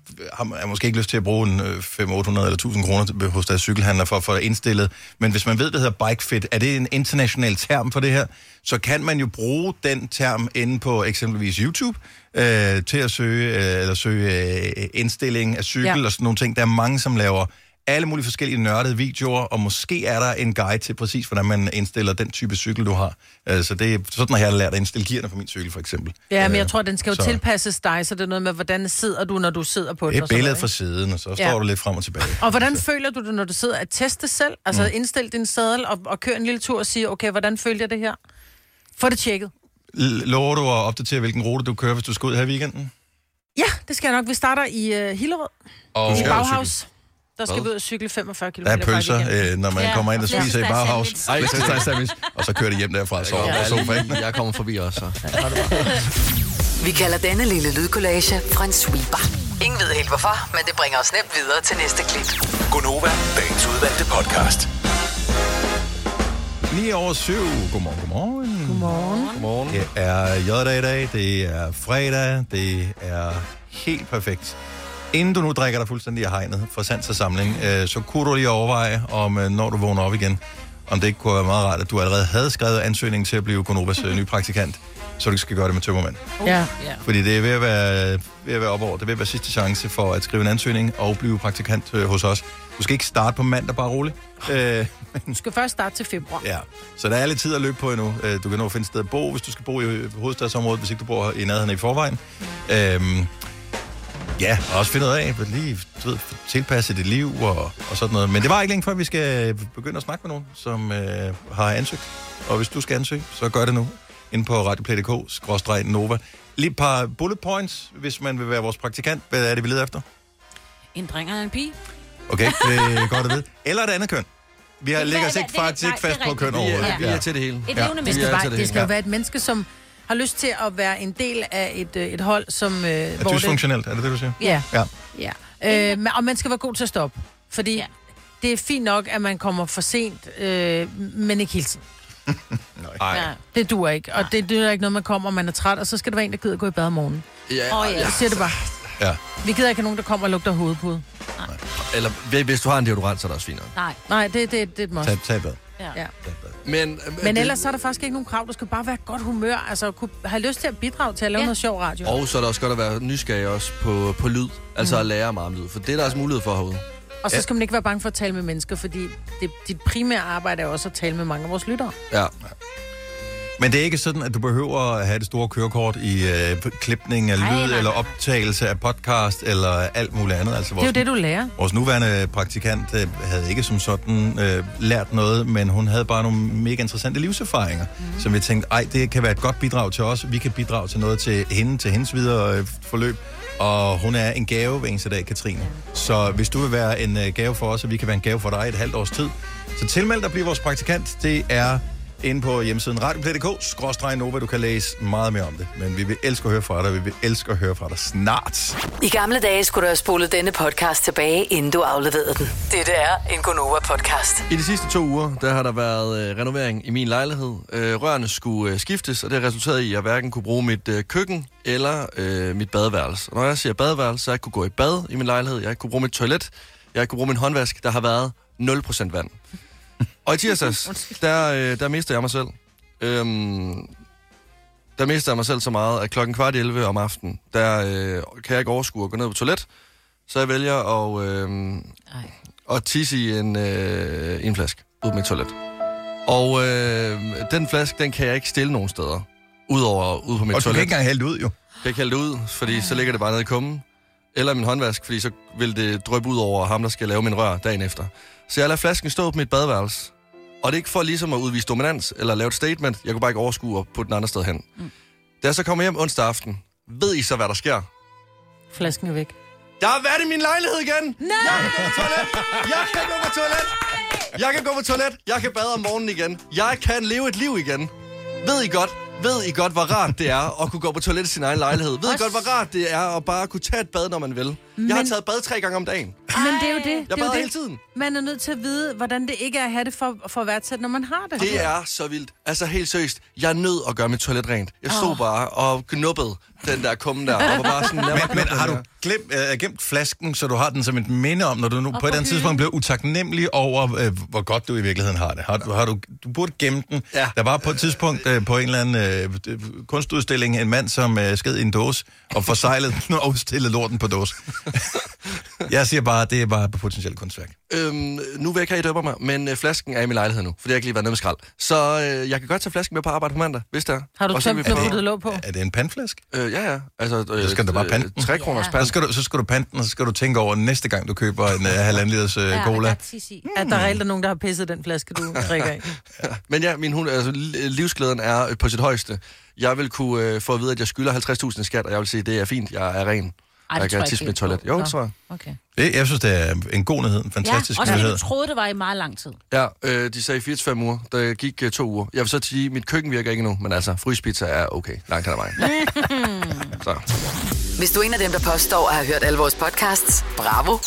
A: har måske ikke lyst til at bruge en øh, 500, 800 eller 1000 kroner til- hos deres cykelhandler for at få det indstillet, men hvis man ved, det hedder bike fit, er det en international term for det her, så kan man jo bruge den term skærm inde på eksempelvis YouTube øh, til at søge, øh, eller søge øh, indstilling af cykel
D: Ja.
A: ja. og sådan nogle ting. Der er mange, som laver alle mulige forskellige nørdede videoer, og måske er der en guide til præcis, hvordan man indstiller den type cykel, du har. Øh, så det er sådan, har jeg lært at indstille gearne på min cykel, for eksempel.
D: Ja, men
A: Øh,
D: jeg tror, den skal jo
A: så-
D: så. tilpasses dig, så det er noget med, hvordan sidder du, når du sidder på den.
A: Et
D: og sådan
A: billede
D: noget,
A: fra siden, og så står
D: Ja.
A: du lidt frem og tilbage.
D: ikke? Og hvordan føler du det, når du sidder at teste selv? Altså mm. indstil din sædel og, og kør en lille tur og sige, okay, hvordan følte jeg det her? Få det tjekket.
A: L- Lover du at opdatere, hvilken rute du kører, hvis du skal ud her i weekenden?
D: Ja, det skal jeg nok. Vi starter i uh, Hillerød,
A: Og
D: i
C: skal ud og
D: Bauhaus. Der skal
C: Hvad?
D: vi ud og cykle 45 km.
A: der er pølser, øh, når man
B: Ja,
A: kommer ind og
B: og
A: spiser i
B: flæskesteg
A: Bauhaus.
B: sandwich.
A: Ej, flæskesteg sandwich. Og så kører det hjem derfra og sover på sofaen.
C: [laughs] Jeg kommer forbi også. Så.
E: Vi kalder denne lille lydkollage en sweeper. Ingen ved helt hvorfor, men det bringer os nemt videre til næste klip.
F: Gonova, dagens udvalgte podcast.
A: 9 over 7. Godmorgen, godmorgen.
C: Godmorgen.
A: Det er J-dag i dag, det er fredag, det er helt perfekt. Inden du nu drikker dig fuldstændig af hegnet for sands og samling, øh, så kunne du lige overveje, om øh, når du vågner op igen, om det ikke kunne være meget rart, at du allerede havde skrevet ansøgningen til at blive Konovas øh, nye praktikant, så du ikke skal gøre det med tømmermand.
D: Ja.
A: Fordi det er ved at være, ved at være op over. Det er ved at være sidste chance for at skrive en ansøgning og blive praktikant øh, hos os. Du skal ikke starte på mandag, bare roligt. Øh,
D: Du skal først starte til februar.
A: Ja, så der er lidt tid at løbe på endnu. Øh, Du kan nå at finde et sted at bo, hvis du skal bo i øh, hovedstadsområdet, hvis ikke du bor i nærheden i forvejen. Øhm, ja, og også finde ud af, at lige du ved, tilpasse dit liv og, og sådan noget. Men det var ikke længe før, vi skal begynde at snakke med nogen, som øh, har ansøgt. Og hvis du skal ansøge, så gør det nu ind på radioplay.dk-nova. Lige et par bullet points, hvis man vil være vores praktikant. Hvad er det, vi leder efter?
B: En dreng og en pige.
A: Okay, det er godt at vide. Eller et andet køn. Vi har
B: Det
A: lægger
B: kan
A: os
B: være-
A: ikke
B: det-
A: faktisk
B: nej,
A: ikke
B: det er
A: fast på
B: rigtigt.
A: køn
B: Vi er-
A: overhovedet.
B: Ja.
C: Vi er til det hele.
B: Et
A: Ja,
B: levende
D: Det
A: det
B: menneske.
D: skal,
C: Ja,
D: bare,
C: til det
D: det skal
C: hele.
D: jo være et menneske, som har lyst til at være en del af et, øh, et hold, som... Øh,
A: Er
D: hvor det,
A: dysfunktionelt, er det det, du siger?
D: ja.
A: Ja.
D: ja. Øh, men- og man skal være god til at stoppe. Fordi
B: Ja.
D: ja. det er fint nok, at man kommer for sent, øh, men ikke hele tiden.
A: [laughs]
C: Ej.
B: Ja.
D: Det duer ikke. Og det, det er ikke noget, man kommer, og man er træt, og så skal der være en, der gider gå i bad om morgenen.
C: Ja,
B: Åh, ja.
D: Jeg siger det bare.
A: Ja.
D: Vi gider ikke have nogen, der kommer og lugter hovedpude.
C: Eller hvis du har en deodorant, så er det også fint. nok.
B: Nej.
D: Nej, det, det, det er et must.
A: Tag, tag et bad.
D: Ja.
A: Tag et bad.
C: Men, øh,
D: Men ellers så er der faktisk ikke nogen krav. Du skal bare være i godt humør. Altså, kunne have lyst til at bidrage til at lave
B: Ja.
D: ja. noget sjov radio.
C: Og så er det også godt at være nysgerrig også på, på lyd. Altså
D: Mm.
C: at lære meget om lyd. For det er der også mulighed for herude.
D: Og så skal man ikke være bange for at tale med mennesker, fordi det, dit primære arbejde er også at tale med mange af vores lyttere.
C: Ja.
A: Men det er ikke sådan, at du behøver at have det store kørekort i øh, klipning af lyd,
B: Nej,
A: nej,
B: nej, nej.
A: eller optagelse af podcast, eller alt muligt andet. Altså,
D: Det er jo
A: vores,
D: det, du lærer.
A: vores nuværende praktikant øh, havde ikke som sådan øh, lært noget, men hun havde bare nogle mega interessante livserfaringer, mm. som vi tænkte, ej, det kan være et godt bidrag til os. Vi kan bidrage til noget til hende, til hendes videre øh, forløb. Og hun er en gave hver eneste dag, Katrine. Så hvis du vil være en øh, gave for os, og vi kan være en gave for dig et halvt års tid, så tilmeld dig at blive vores praktikant. Det er inde på hjemmesiden radioplay.dk, skråstreg Nova, du kan læse meget mere om det. Men vi vil elske at høre fra dig, vi vil elske at høre fra dig snart.
E: I gamle dage skulle du have spolet denne podcast tilbage, inden du afleverede den. Dette er en Gonova-podcast.
C: I de sidste to uger, der har der været øh, renovering i min lejlighed. Øh, rørene skulle øh, skiftes, og det har resulteret i, at jeg hverken kunne bruge mit øh, køkken eller øh, mit badeværelse. Og når jeg siger badeværelse, så har jeg ikke kunne gå i bad i min lejlighed. Jeg har ikke kunne bruge mit toilet. Jeg har ikke kunne bruge min håndvask. Der har været 0% vand. Og i tirsdags, der, øh, der mister jeg mig selv. Øhm, der mister jeg mig selv så meget, at klokken kvart i 11 om aftenen, der øh, kan jeg ikke overskue at gå ned på toilet. Så jeg vælger at, øh, at tisse i en, øh, i en flaske ud på mit toilet. Og øh, den flaske, den kan jeg ikke stille nogen steder. Udover ude på mit
A: Og du
C: toilet.
A: kan ikke engang hælde det ud, jo.
C: Det kan jeg hælde ud, fordi så ligger det bare nede i kummen. Eller min håndvask, fordi så vil det drøbe ud over ham, der skal lave min rør dagen efter. Så jeg lader flasken stå på mit badeværelse. Og det er ikke for ligesom at udvise dominans eller lave et statement. Jeg kunne bare ikke overskue at putte den andre sted hen. Mm. Da jeg så kommer hjem onsdag aften, ved I så, hvad der sker?
D: Flasken er væk.
C: Der er været i min lejlighed igen! Nej! Jeg kan gå på toilet! Jeg kan gå på toilet! Jeg kan gå på toilet! Jeg kan bade om morgenen igen! Jeg kan leve et liv igen! Ved I godt, ved I godt, hvor rart det er at kunne gå på toilet i sin egen lejlighed? Ved I godt, hvor rart det er at bare kunne tage et bad, når man vil? Jeg har taget bad tre gange om dagen.
D: Men det er jo det. det
C: Jeg
D: er jo
C: bader
D: det.
C: hele tiden.
D: Man er nødt til at vide, hvordan det ikke er at have det for, for værdsat, når man har det.
C: Det er så vildt. Altså helt seriøst, jeg er nødt at gøre mit toilet rent. Jeg stod bare og knuppede den der kummen der, og var bare sådan, lad mig
A: Men
C: knuppe den
A: har du
C: her.
A: glemt, øh, gemt flasken, så du har den som et minde om, når du nu på et
B: på
A: eller andet
B: hylden.
A: tidspunkt bliver utaknemmelig over, øh, hvor godt du i virkeligheden har det? Har, du- har du, du burde gemme den.
C: Ja.
A: Der var på et tidspunkt øh, på en eller anden øh, øh, kunstudstilling en mand, som øh, sked i en dåse og forsejlede den og stillede lorten på
C: [laughs]
A: dåse. jeg siger bare, det er bare potentielt kunstværk.
C: Øhm, nu vil jeg ikke have, I dømmer mig, men øh, flasken er i min lejlighed nu, fordi jeg ikke lige været nede med skrald. Så øh, jeg kan godt tage flasken med på arbejde på mandag, hvis der.
D: Har du tømt den og puttet låg på?
A: Er det en pandflaske?
C: Øh, ja, ja. Altså, øh,
A: Så skal den da bare pande den.
C: 3 kroners
A: Så
C: pand.
A: skal, du, så skal du pande den, og så skal du tænke over næste gang, du køber en øh, halvanden liters øh, cola.
D: At der reelt er nogen, der har pisset den flaske,
C: [laughs]
D: du drikker af.
C: Men ja, min hund, altså, li- livsglæden er øh, på sit højeste. Jeg vil kunne øh, få at vide, at jeg skylder 50.000 i skat, og jeg vil sige, det er fint, jeg er ren.
B: Ej, det
C: jeg
B: tror
C: kan
B: jeg
C: tisse
B: ikke
C: mit toilet.
B: på.
C: Jo,
B: Nå.
C: det tror jeg.
D: Okay.
A: Det, jeg synes, det er en god nyhed, en
B: Ja,
A: fantastisk
B: også fordi
A: nyhed.
B: du troede, det var i meget lang tid.
C: Ja, øh, de sagde 4-5 uger. Der gik øh, to uger. Jeg vil så sige, mit køkken virker ikke endnu, men altså, fryspizza er okay. Langt hen ad vejen.
B: [laughs]
C: så.
E: Hvis du er en af dem, der påstår at have hørt alle vores podcasts, bravo.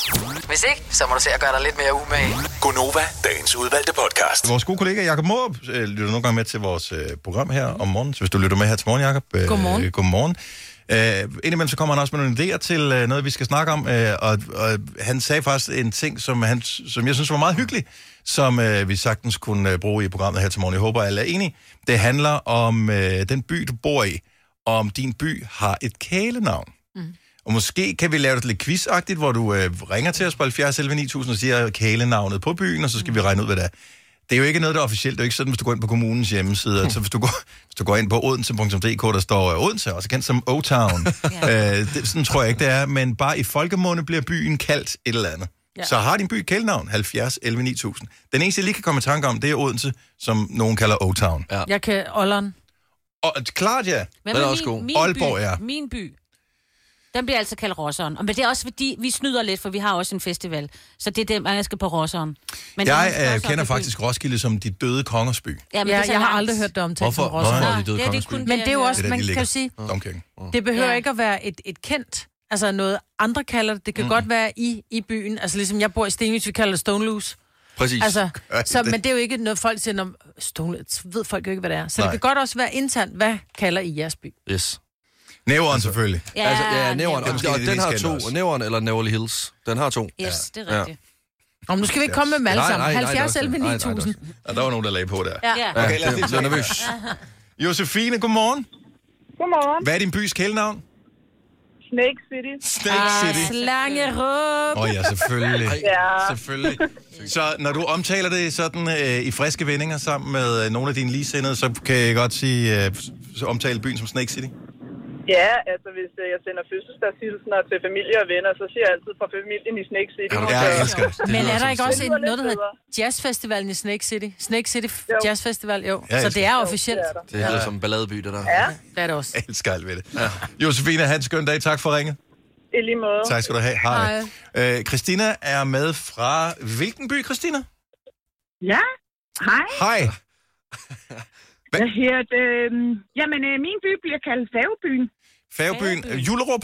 E: Hvis ikke, så må du se at gøre dig lidt mere umage.
F: Gonova, dagens udvalgte podcast.
A: Vores gode kollega Jakob Måb øh, lytter nogle gange med til vores øh, program her om morgenen. Så hvis du lytter med her til morgen, Jakob. Øh,
D: Godmorgen.
A: Øh, godmorgen. Øh, indimellem så kommer han også med nogle idéer til øh, noget, vi skal snakke om. Øh, og, og han sagde faktisk en ting, som, han, som jeg synes var meget hyggelig, som øh, vi sagtens kunne øh, bruge i programmet her til morgen. Jeg håber, alle er enige. Det handler om øh, den by, du bor i. Og om din by har et kælenavn. Og måske kan vi lave det lidt quizagtigt, hvor du øh, ringer til os på 70 11 9000 og siger kælenavnet på byen, og så skal vi regne ud, hvad det er. Det er jo ikke noget, der er officielt. Det er jo ikke sådan, hvis du går ind på kommunens hjemmeside. Altså, hvis, du går, hvis du går ind på odense.dk, der står øh, Odense, også kendt som O-Town. øh, det, sådan tror jeg ikke, det er. Men bare i folkemunde bliver byen kaldt et eller andet. Ja. Så har din by et kælenavn, 70 11 9000. Den eneste, jeg lige kan komme i tanke om, det er Odense, som nogen kalder O-Town. Ja.
D: Jeg kan Olleren.
A: Og øh, klart ja,
B: Hvad
C: Den er
B: med
C: også god.
B: min, min
A: Aalborg,
B: by,
A: ja.
B: Min by. Den bliver altså kaldt Rosseren. Og Men det er også fordi, vi snyder lidt, for vi har også en festival. Så det er den, man skal på Rosseren. Men det er
A: jeg
B: Rosseren
A: øh, kender
B: i byen.
A: faktisk Roskilde som de døde kongers by.
B: Ja, men
D: Ja,
B: det er så
D: jeg har
B: langt.
D: aldrig hørt det omtalt som
A: Hvorfor?
D: Rosseren.
A: Nå,
B: Nej,
A: de døde
B: det er
A: kongers
B: det kun
A: by.
D: Men det er jo
B: jeg
D: også,
A: Det er der,
D: man
A: de
D: kan
A: ligger.
D: jo sige,
A: Domkirken.
C: Mm.
D: det behøver
B: Ja.
D: ikke at være et, et kendt, altså noget andre kalder det. Det
C: Mm.
D: kan godt være i, i byen, altså ligesom jeg bor i Stenvis, vi kalder det Stone Loose.
C: Præcis.
D: Altså,
A: Gør I
D: så,
A: det?
D: men det er jo ikke noget, folk siger, om Stone Loose, ved folk jo ikke, hvad det er. Så
A: Nej.
D: det kan godt også være internt, hvad kalder I jeres by?
C: Yes.
A: Næveren selvfølgelig.
B: Ja,
C: altså, ja, næveren.
A: Det er
C: Og,
A: måske
C: og
A: det
C: den
A: mest
C: har
A: kendte
C: to.
A: også.
C: Næveren eller Neverly Hills. Den har to.
B: Yes, det er
C: Ja.
B: rigtigt.
D: Om nu skal vi ikke komme med dem alle
C: Nej,
D: sammen.
C: nej, nej,
D: 70
C: nej,
D: 11
C: nej, nej, nej.
D: 9000.
A: Og der var nogen, der lagde på der.
B: Ja.
C: Ja,
B: ja.
A: Okay, lad os lige
C: jeg er
A: tjekke.
C: nervøs.
A: Josefine, godmorgen.
G: Godmorgen.
A: Hvad er din bys kælenavn?
G: Snake City.
A: Snake
D: Ah,
A: City.
D: Slangerup.
A: Åh oh, ja, selvfølgelig.
G: Ja.
A: Selvfølgelig. Så når du omtaler det sådan øh, i friske vendinger sammen med øh, nogle af dine ligesindede, så kan jeg godt sige, øh, så omtale byen som Snake City.
G: Ja, altså hvis øh, jeg sender fødselsdagshilsener til familie og venner, så siger jeg altid fra familien i Snake City.
C: Er du-
A: Ja,
G: Så-
A: jeg elsker det. det.
D: Men
A: lyder
D: er der
A: som
D: ikke
A: Snake-
D: også en,
G: Det lyder
D: noget, der
G: lidt
D: hedder Jazzfestivalen i Snake City? Snake City F-
G: Jo.
D: Jazzfestival, jo.
A: Ja, jeg
D: så
A: elsker
D: det er
G: Jo,
D: officielt.
G: det er der.
C: Det lyder som en balladeby, det der.
G: Ja,
D: Det er det også.
A: Jeg elsker alt ved det. Ja. Josefine, have en skøn dag. Tak for ringet.
G: i lige måde.
A: Tak skal du have. Hej. Øh, Christina er med fra hvilken by, Christina?
H: Ja, hej.
A: Hej.
H: [laughs] Hvad her? Øh, jamen, øh, min by bliver kaldt Savebyen.
A: Færgebyen. Øh, Jullerup.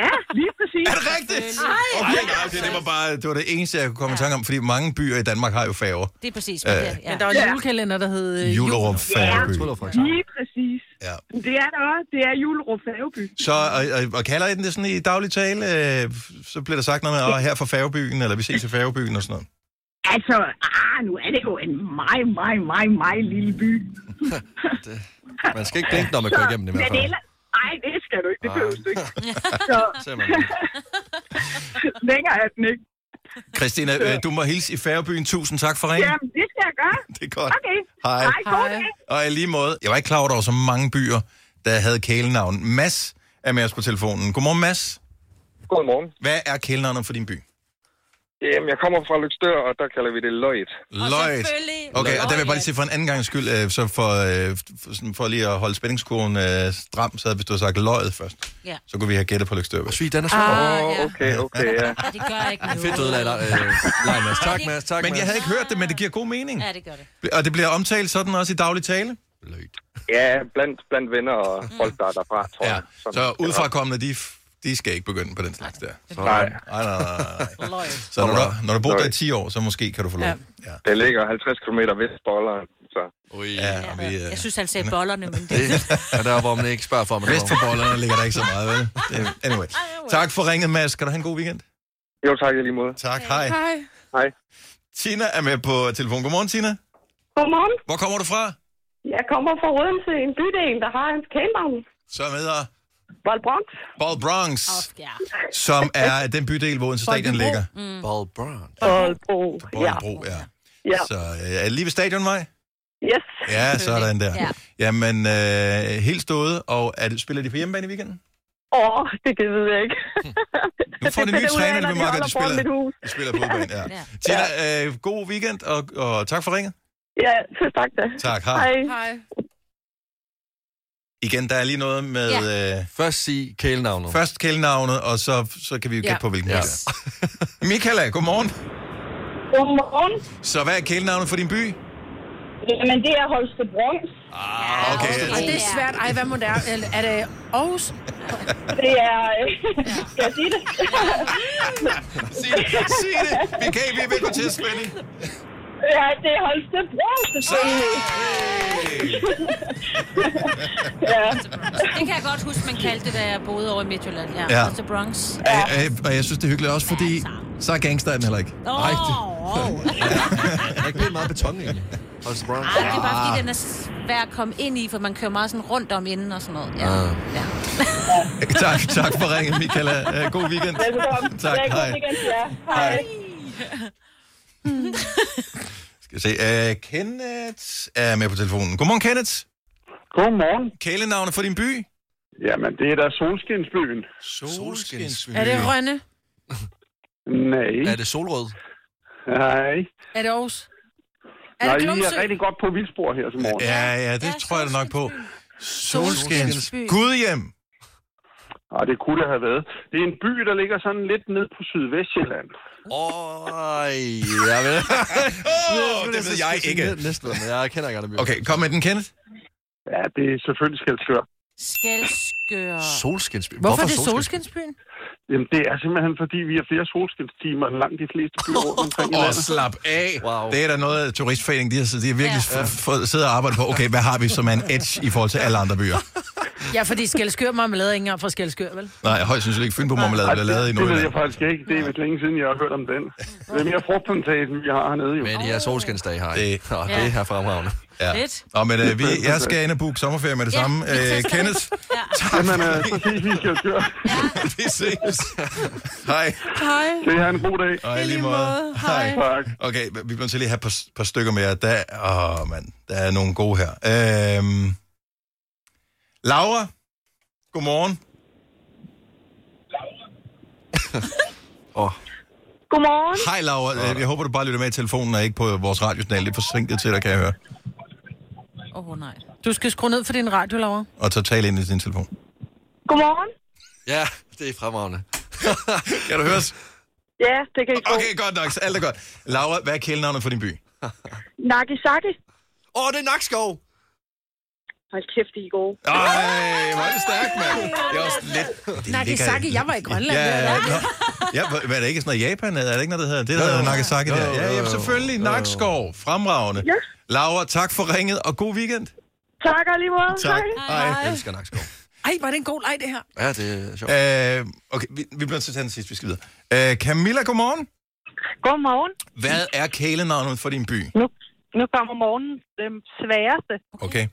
H: Ja, lige præcis.
A: [laughs] Er det rigtigt? Okay, nej, okay, det var bare det, var det eneste, jeg kunne komme ja. i tanke om, fordi mange byer i Danmark har jo færger. Øh,
B: Det er præcis, hvad det er.
D: Men
B: Ja.
D: der var en julekalender, der hed... øh,
A: Jullerup Færgeby.
C: Tuller, for eksempel.
H: Lige præcis.
A: Ja.
H: Det er der også. Det er Julerup Saveby.
A: Så, og, og, og kalder I den det sådan i daglig tale? Øh, så bliver der sagt noget med, "Åh, her fra færgebyen, eller vi ses i færgebyen og sådan noget.
H: Altså, ah, nu er det jo en meget, meget, meget, meget lille
A: [laughs]
H: by.
C: Man skal ikke blinke, når man kører igennem det i hvert
H: Men
C: fald.
H: ellers... Ej, det skal du ikke. Det
C: Nej.
H: behøver du [laughs] ikke. Så
A: [laughs]
C: Ser man det.
H: [laughs] længere er den ikke.
A: Christina, øh, du må hilse i færgebyen. Tusind tak for ringen.
H: Jamen, det skal jeg gøre.
A: [laughs] Det er godt.
H: Okay.
A: Hej.
H: Hej, god dag.
A: Og i lige måde, jeg var ikke klar over, at der var så mange byer, der havde kælenavn. Mads er med os på telefonen. Godmorgen, Mads.
I: Godmorgen.
A: Hvad er kælenavnet for din by?
I: Jamen, jeg kommer fra Lykstør, og der kalder vi det løjet.
A: Løjt.
B: selvfølgelig-
A: Okay, og der vil jeg bare
B: Løjt.
A: lige sige for en anden gangs skyld, øh, så for, øh, for, sådan for lige at holde spændingskurven øh, stram, så hvis du havde sagt løjet først,
B: Ja.
A: så kunne vi have gættet på lykstøbet.
C: Svig, den er svær.
I: Åh, oh, okay, okay, ja.
B: Ah, Ja, det gør ikke noget.
C: Fedt døde, Lala. Øh, nej, Mads. Tak, Mads. Tak,
A: Men jeg
C: Mads.
A: havde ikke hørt det, men det giver god mening.
B: Ja, det gør det.
A: Og det bliver omtalt sådan også i daglig tale.
C: Løjt.
D: Mm.
I: Ja, blandt, blandt venner og folk, der er derfra, tror
A: Ja,
I: jeg. Sådan.
A: så udfrakommende, de f- de skal ikke begynde på den slags der.
I: Nej.
A: Nej, nej, nej. Så når du, når du bor der i 10 år, så måske kan du få lov.
B: Ja.
A: Ja.
I: Den ligger 50 km vest for Olleren, så...
C: Ui.
A: Ja, og vi, øh,
B: Jeg synes, han sagde bollerne, men det...
C: Det er der, hvor man ikke spørger for, om man
A: vest for bollerne ligger der ikke så meget, vel? Det- Anyway. Tak for ringet, Mads. Skal du have en god weekend?
I: Jo, tak i lige måde.
A: Tak, hej.
D: Hej.
I: Hej.
A: Tina er med på telefon. Godmorgen, Tina.
H: Godmorgen.
A: Hvor kommer du fra?
H: Jeg kommer fra Odense, en bydel, der har en camping.
A: Så med her.
H: Voldbronx.
A: Ball Bronx,
B: Ja.
A: som er den bydel, hvor Odense Stadion ligger.
C: Ball Brown.
H: Voldbro. Ja.
A: Bollenbro, ja.
H: ja.
A: Så øh, er det lige ved Stadionvej?
H: Yes.
A: Ja, sådan der.
B: Ja.
A: Jamen, øh, helt stået, og er det, spiller de på hjemmebane i weekenden?
H: [laughs] Åh, oh, det gider jeg
A: [laughs]
H: ikke.
A: Nu får de [laughs] nye
H: finder jeg ud af,
A: træner,
H: når
A: vi
H: de
A: marker, de
H: holder foran mit
A: spiller,
H: hus.
A: de spiller på udbanen.
H: [laughs]
A: Ja.
B: Ja.
A: Tina, øh, god weekend, og, og tak for ringet.
H: Ja, så [laughs] tak da.
A: Tak, hej.
H: Hej.
D: Hej.
A: Igen, der er lige noget med øh,
C: Først sig kælenavnet.
A: først kælenavnet, og så, så kan vi jo
D: Ja.
A: gætte på, hvilken
C: Ja.
A: yes.
C: [laughs]
A: Michaela, godmorgen.
H: Godmorgen.
A: Så hvad er kælenavnet for din by?
H: Jamen, det er Holstebro.
A: Ah, okay.
B: Holstebro.
D: Og det er svært. Ej, hvad må det er? Eller Er det Aarhus?
H: Det er... [laughs] Skal jeg sige det?
A: Sig det, [laughs] sig det. Vi kan ikke blive ved til spænding.
H: ja, det er Holstebro.
A: Så, hey.
B: Det kan jeg godt huske, man kaldte det, da jeg boede over i Midtjylland. Ja.
A: Ja.
B: ja. Og til Bronx.
A: Ja. Øh, øh, og jeg synes, det er hyggeligt også, fordi så er gangsteren heller ikke.
B: Åh, [laughs] oh,
C: Er ikke det meget beton, egentlig? Hos Brown.
B: Ej, det er bare fordi, den er svær at komme ind i, for man kører meget sådan rundt om inden og sådan noget. Ja. [laughs] ja.
C: Ah.
A: tak, tak for ringen, Michaela. Øh, god weekend.
H: Velkommen.
A: Tak,
H: Det er en god
A: hej.
H: weekend til jer. Hej.
A: Skal vi se. Øh, Kenneth er med på telefonen. Godmorgen, Kenneth.
I: Godmorgen.
A: Kælenavnet for din by?
I: Jamen, det er da Solskinsbyen.
C: Solskinsby.
D: Er det Rønne?
I: Nej.
C: Er det solrød?
I: Nej.
D: Er det Aarhus? Er
I: Nej,
D: det
I: I
D: Klumsø?
I: er rigtig godt på vildspor her til morgen.
A: Ja, ja, det
B: Ja,
A: tror jeg da nok på. Solskins
D: Solskinsby.
A: Gudhjem.
I: Ej, Ah, det kunne det have været. Det er en by, der ligger sådan lidt ned på sydvestjylland.
C: Øj, ja, men...
A: [laughs] Åh, oh, det ved jeg ikke.
C: Næsten, men jeg kender ikke det.
A: Okay, kom med den, Kenneth.
I: Ja, det er selvfølgelig Skelskør.
B: Skældskør.
C: Solskinsby.
D: Hvorfor er det Solskinsbyen?
I: Jamen, det er simpelthen, fordi vi har flere solskinstimer end langt de fleste byer rundt omkring i
A: Og
I: landet.
A: slap af.
C: Wow.
A: Det er der noget, turistforeningen, de har, de har virkelig ja. f- f- siddet og arbejdet på. Okay, hvad har vi som er en edge i forhold til alle andre byer?
D: Ja, fordi Skelskør marmelade er ikke engang fra Skelskør, vel?
A: Nej, højst sandsynligt ikke Fyn på marmelade,
I: Ej,
A: bliver lavet i
I: det, det ved
A: Nordjylland.
I: jeg faktisk ikke. Det er vist længe siden, jeg har hørt om den. Det er mere frugtplantagen, vi har hernede jo.
C: Men I har solskinsdag her,
A: Det-
C: ikke? Nå, det er her fremragende.
A: Ja.
B: Lidt.
A: Nå, men øh, vi, jeg skal ind og booke sommerferie med det
B: Ja,
A: samme.
B: vi ses
A: Øh,
B: da.
A: Kenneth,
B: Ja.
I: Jamen, øh, [laughs] så ses vi i Skelskør.
A: [laughs] vi ses. Hej.
D: Hej.
I: Det er en god dag.
A: Og i lige måde.
I: Tak.
A: Okay, vi bliver nødt til lige at have et par, par stykker mere. Der, åh, mand, der er nogle gode her. Øhm, Laura, godmorgen.
C: Åh,
H: Godmorgen.
A: Hej Laura, Øh, jeg håber, du bare lytter med i telefonen og ikke på vores radiokanal. Lidt forsinket til dig, kan jeg høre.
B: Åh, oh, nej.
D: Du skal skrue ned for din radio, Laura.
A: Og så tale ind i din telefon.
H: Godmorgen.
C: ja, det er fremragende.
A: [laughs] Kan du høres?
H: Ja, det kan I tro.
A: Okay, godt nok. Alt er godt. Laura, hvad er kælenavnet for din by?
H: Nagisaki.
A: oh,
C: Åh, det er Nakskov!
H: Hold kæft, I er gode.
A: Ej, hvor er det stærkt, mand. Det er også lidt... Det
D: Nagasaki, jeg var i Grønland.
A: Ja,
D: ved
A: ja,
D: du hvad?
A: nå. ja, hvad- hvad er det ikke sådan noget Japan? Er det ikke noget, der hedder det, der
C: Jo, jo.
A: hedder Nagasaki
C: Jo,
A: der?
C: jo,
A: Ja,
C: jo,
A: jamen
C: jo.
A: selvfølgelig.
C: Jo, jo.
A: Nakskov. Fremragende.
H: Ja.
A: Laura, tak for ringet, og god weekend.
H: Tak og lige måde. Hej.
A: Hej.
C: Jeg elsker Nakskov.
D: Ej, var det en god leg, det her.
C: Ja, det er sjovt.
A: Øh, okay, vi, vi bliver nødt til at tage den sidste, vi skal videre. Øh, Camilla, godmorgen.
H: Godmorgen.
A: Hvad er kælenavnet for din by?
H: Nu, nu kommer morgenen. Den sværeste. [laughs]
A: Okay.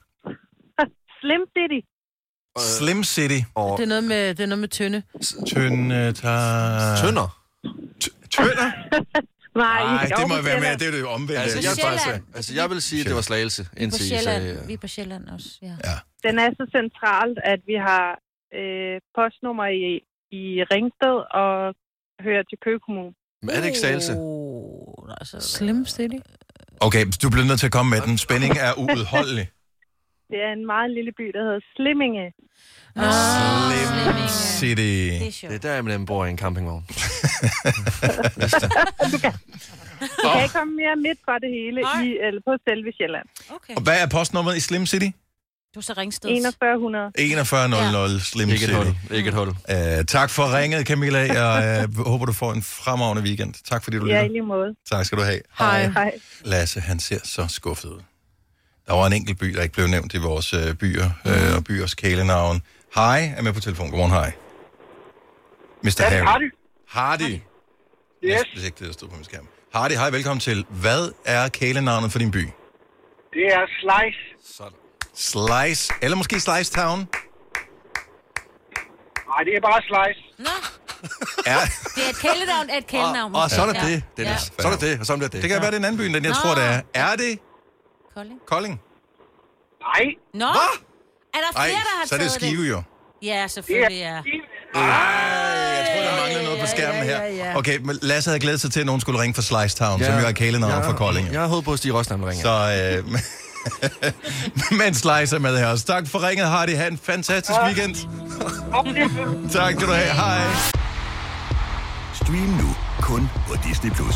H: Slim City.
A: Slim City.
D: Det er noget med, det er noget med tynde.
A: Tønde, tager...
C: Tønder.
A: Tønder?
H: [laughs] Nej,
A: Nej,
H: jo,
A: det må
H: vi
A: være med.
H: kender.
A: Det er jo det omvendte.
C: Altså, jeg, vil
B: Sjælland.
C: faktisk, altså, jeg vil sige, at det var Slagelse,
B: Vi er på
C: indtil I
B: Sjælland.
C: sagde...
B: Vi er på Sjælland også. Ja.
H: Den er så centralt, at vi har øh, postnummer i, i Ringsted og hører til Køge Kommune.
C: Men er det ikke Slagelse?
B: Oh, altså,
D: Slim City.
A: Okay, du bliver nødt til at komme med den. Spændingen er uudholdelig.
H: Det er en meget lille by, der hedder Slimminge.
D: Nå.
A: Slim City.
B: Det er
C: Det er
B: sjovt.
C: der, man bor i en
A: [laughs]
C: campingvogn.
H: Du kan ikke komme mere midt fra det hele i, eller på selve Sjælland.
B: Okay.
A: Og hvad er postnummeret i Slim City?
B: Du er så ringsted.
H: 4100.
A: 4100 ja. Slim
C: Ikke et
A: City.
C: hold. Ikke et hold.
A: Uh, tak for ringet, Camilla. Jeg uh, håber, du får en fremragende weekend. Tak fordi du
H: Ja, i
A: lytter.
H: lige måde.
A: Tak skal du have.
D: Hej.
H: Hej.
A: Lasse, han ser så skuffet ud. Der var en enkelt by, der ikke blev nævnt i vores øh, byer øh, og byers kælenavn. Hej er med på telefon. Godmorgen, hej. Mr.
I: Ja,
A: Harry.
I: Hardy.
A: Hardy.
I: Yes,
A: Yes. Hvis ikke det der stod på min skærm. Hardy, hej, velkommen til. Hvad er kælenavnet for din by?
I: det er Slice.
C: Sådan.
A: Slice, eller måske Slice Town?
I: Nej, det er bare Slice.
B: Nå,
A: Ja,
B: det er et kælenavn af et kælenavn.
A: Ah,
C: Og, og så er der
B: Ja.
C: det, Dennis.
A: Ja.
C: Så er der det, og så er der det.
A: det kan være, det er en anden by, end den, jeg tror, det er. Er det
B: Kolding.
A: Kolding?
I: Nej,
B: Nå, er der
A: Nej,
B: flere, der har
A: så er det
B: taget
A: Skive jo.
B: Ja,
I: det er
B: selvfølgelig, ja.
A: Jeg tror, der mangler noget på skærmen
D: ja, ja,
A: her.
D: ja.
A: Okay, men Lasse havde glædet sig til, at nogen skulle ringe fra Slice Town, som jo er kælenavn
C: Jeg-
A: fra Kolding. jo.
C: Jeg har hovedet på, at Stig Rosnam ringer.
A: Så, øh, [laughs] men Slice er med her også. Tak for ringet, Hardy. Ha' en fantastisk weekend. tak skal du have. Hej.
F: Stream nu kun på Disney+. Plus.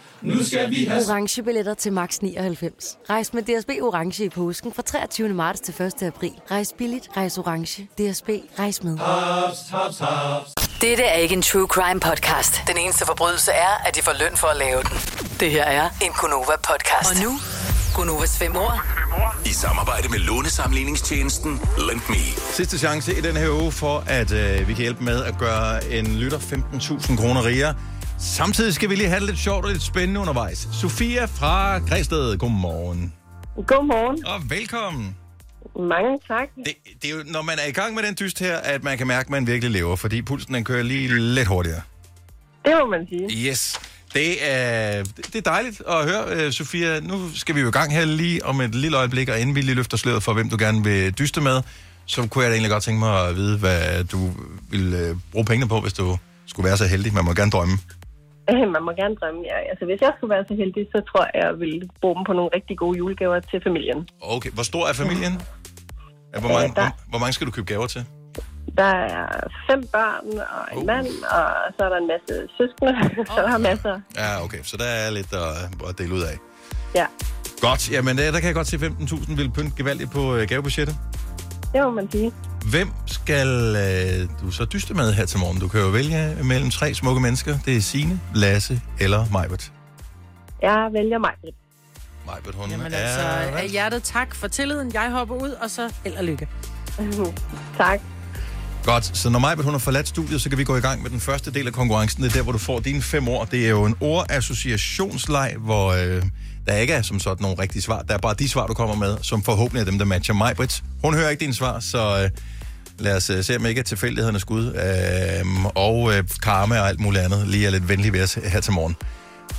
J: Nu skal vi have
K: orange billetter til max 99. Rejs med DSB orange i påsken fra 23. marts til 1. april. Rejs billigt, rejs orange. DSB rejs med.
J: haps, haps, haps.
E: Dette er ikke en true crime podcast. Den eneste forbrydelse er, at de får løn for at lave den. Det her er en Gunova podcast. Og nu, Gunovas fem år.
F: I samarbejde med lånesamligningstjenesten Lend Me.
A: Sidste chance i den her uge for, at øh, vi kan hjælpe med at gøre en lytter 15.000 kroner rigere. Samtidig skal vi lige have det lidt sjovt og lidt spændende undervejs. Sofia fra Græsted, godmorgen.
H: Godmorgen.
A: Og velkommen.
H: Mange tak.
A: Det, det er jo, når man er i gang med den dyst her, at man kan mærke, at man virkelig lever, fordi pulsen den kører lige lidt hurtigere.
H: Det må man [laughs] sige.
A: Yes. Det er, det er dejligt at høre, øh, Sofia. Nu skal vi jo i gang her lige om et lille øjeblik, og inden vi lige løfter sløret for, hvem du gerne vil dyste med, så kunne jeg da egentlig godt tænke mig at vide, hvad du vil øh, bruge pengene på, hvis du skulle være så heldig. Man må gerne drømme.
H: Øh, Man må gerne drømme. Ja, altså, hvis jeg skulle være så heldig, så tror jeg, jeg ville bruge dem på nogle rigtig gode julegaver til familien.
A: Okay, hvor stor er familien? Ja, Hvor mange,
H: Øh, der-
A: hvor, hvor mange skal du købe gaver til?
H: Der er fem børn og en mand, og så er der en masse søskende, [laughs] så der er masser.
A: Ja, okay, så der er lidt at, at dele ud af.
H: Ja,
A: Godt, jamen øh, der kan jeg godt se 15.000 vil pynte gevaldigt på øh, gavebudgettet.
H: det må man sige.
A: Hvem skal øh, du så dyste med her til morgen? Du kan jo vælge mellem tre smukke mennesker. Det er Sine, Lasse eller Majbert.
H: Jeg vælger mig.
A: Majbert, hun
D: Men
A: Jamen,
D: altså,
A: er...
D: af hjertet tak for tilliden. Jeg hopper ud, og så held og lykke.
H: tak.
A: Godt, så når Majbert hun har forladt studiet, så kan vi gå i gang med den første del af konkurrencen. Det er der, hvor du får dine fem ord. Det er jo en ordassociationsleg, hvor øh, der ikke er som sådan nogle rigtige svar. Der er bare de svar, du kommer med, som forhåbentlig er dem, der matcher Majbert. Hun hører ikke dine svar, så... Øh, Lad os øh, se, om ikke at tilfældighedernes skud øhm, og øh, karma og alt muligt andet lige er lidt venlig ved os her til morgen.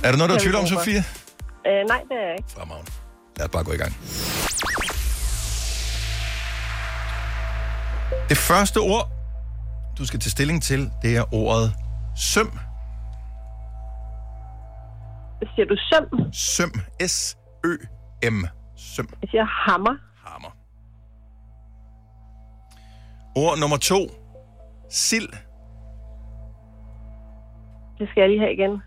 A: Er der noget, du er i tvivl om,
H: Håber.
A: Sofie?
H: Øh, nej, det er jeg ikke.
A: fremragende. Lad os bare gå i gang. Det første ord, du skal tage stilling til, det er ordet søm.
H: Siger du søm?
A: Søm. S-Ø-M. Søm.
H: Jeg siger hammer.
A: Hammer. Ord nummer to. Sild.
H: Det skal jeg lige have igen.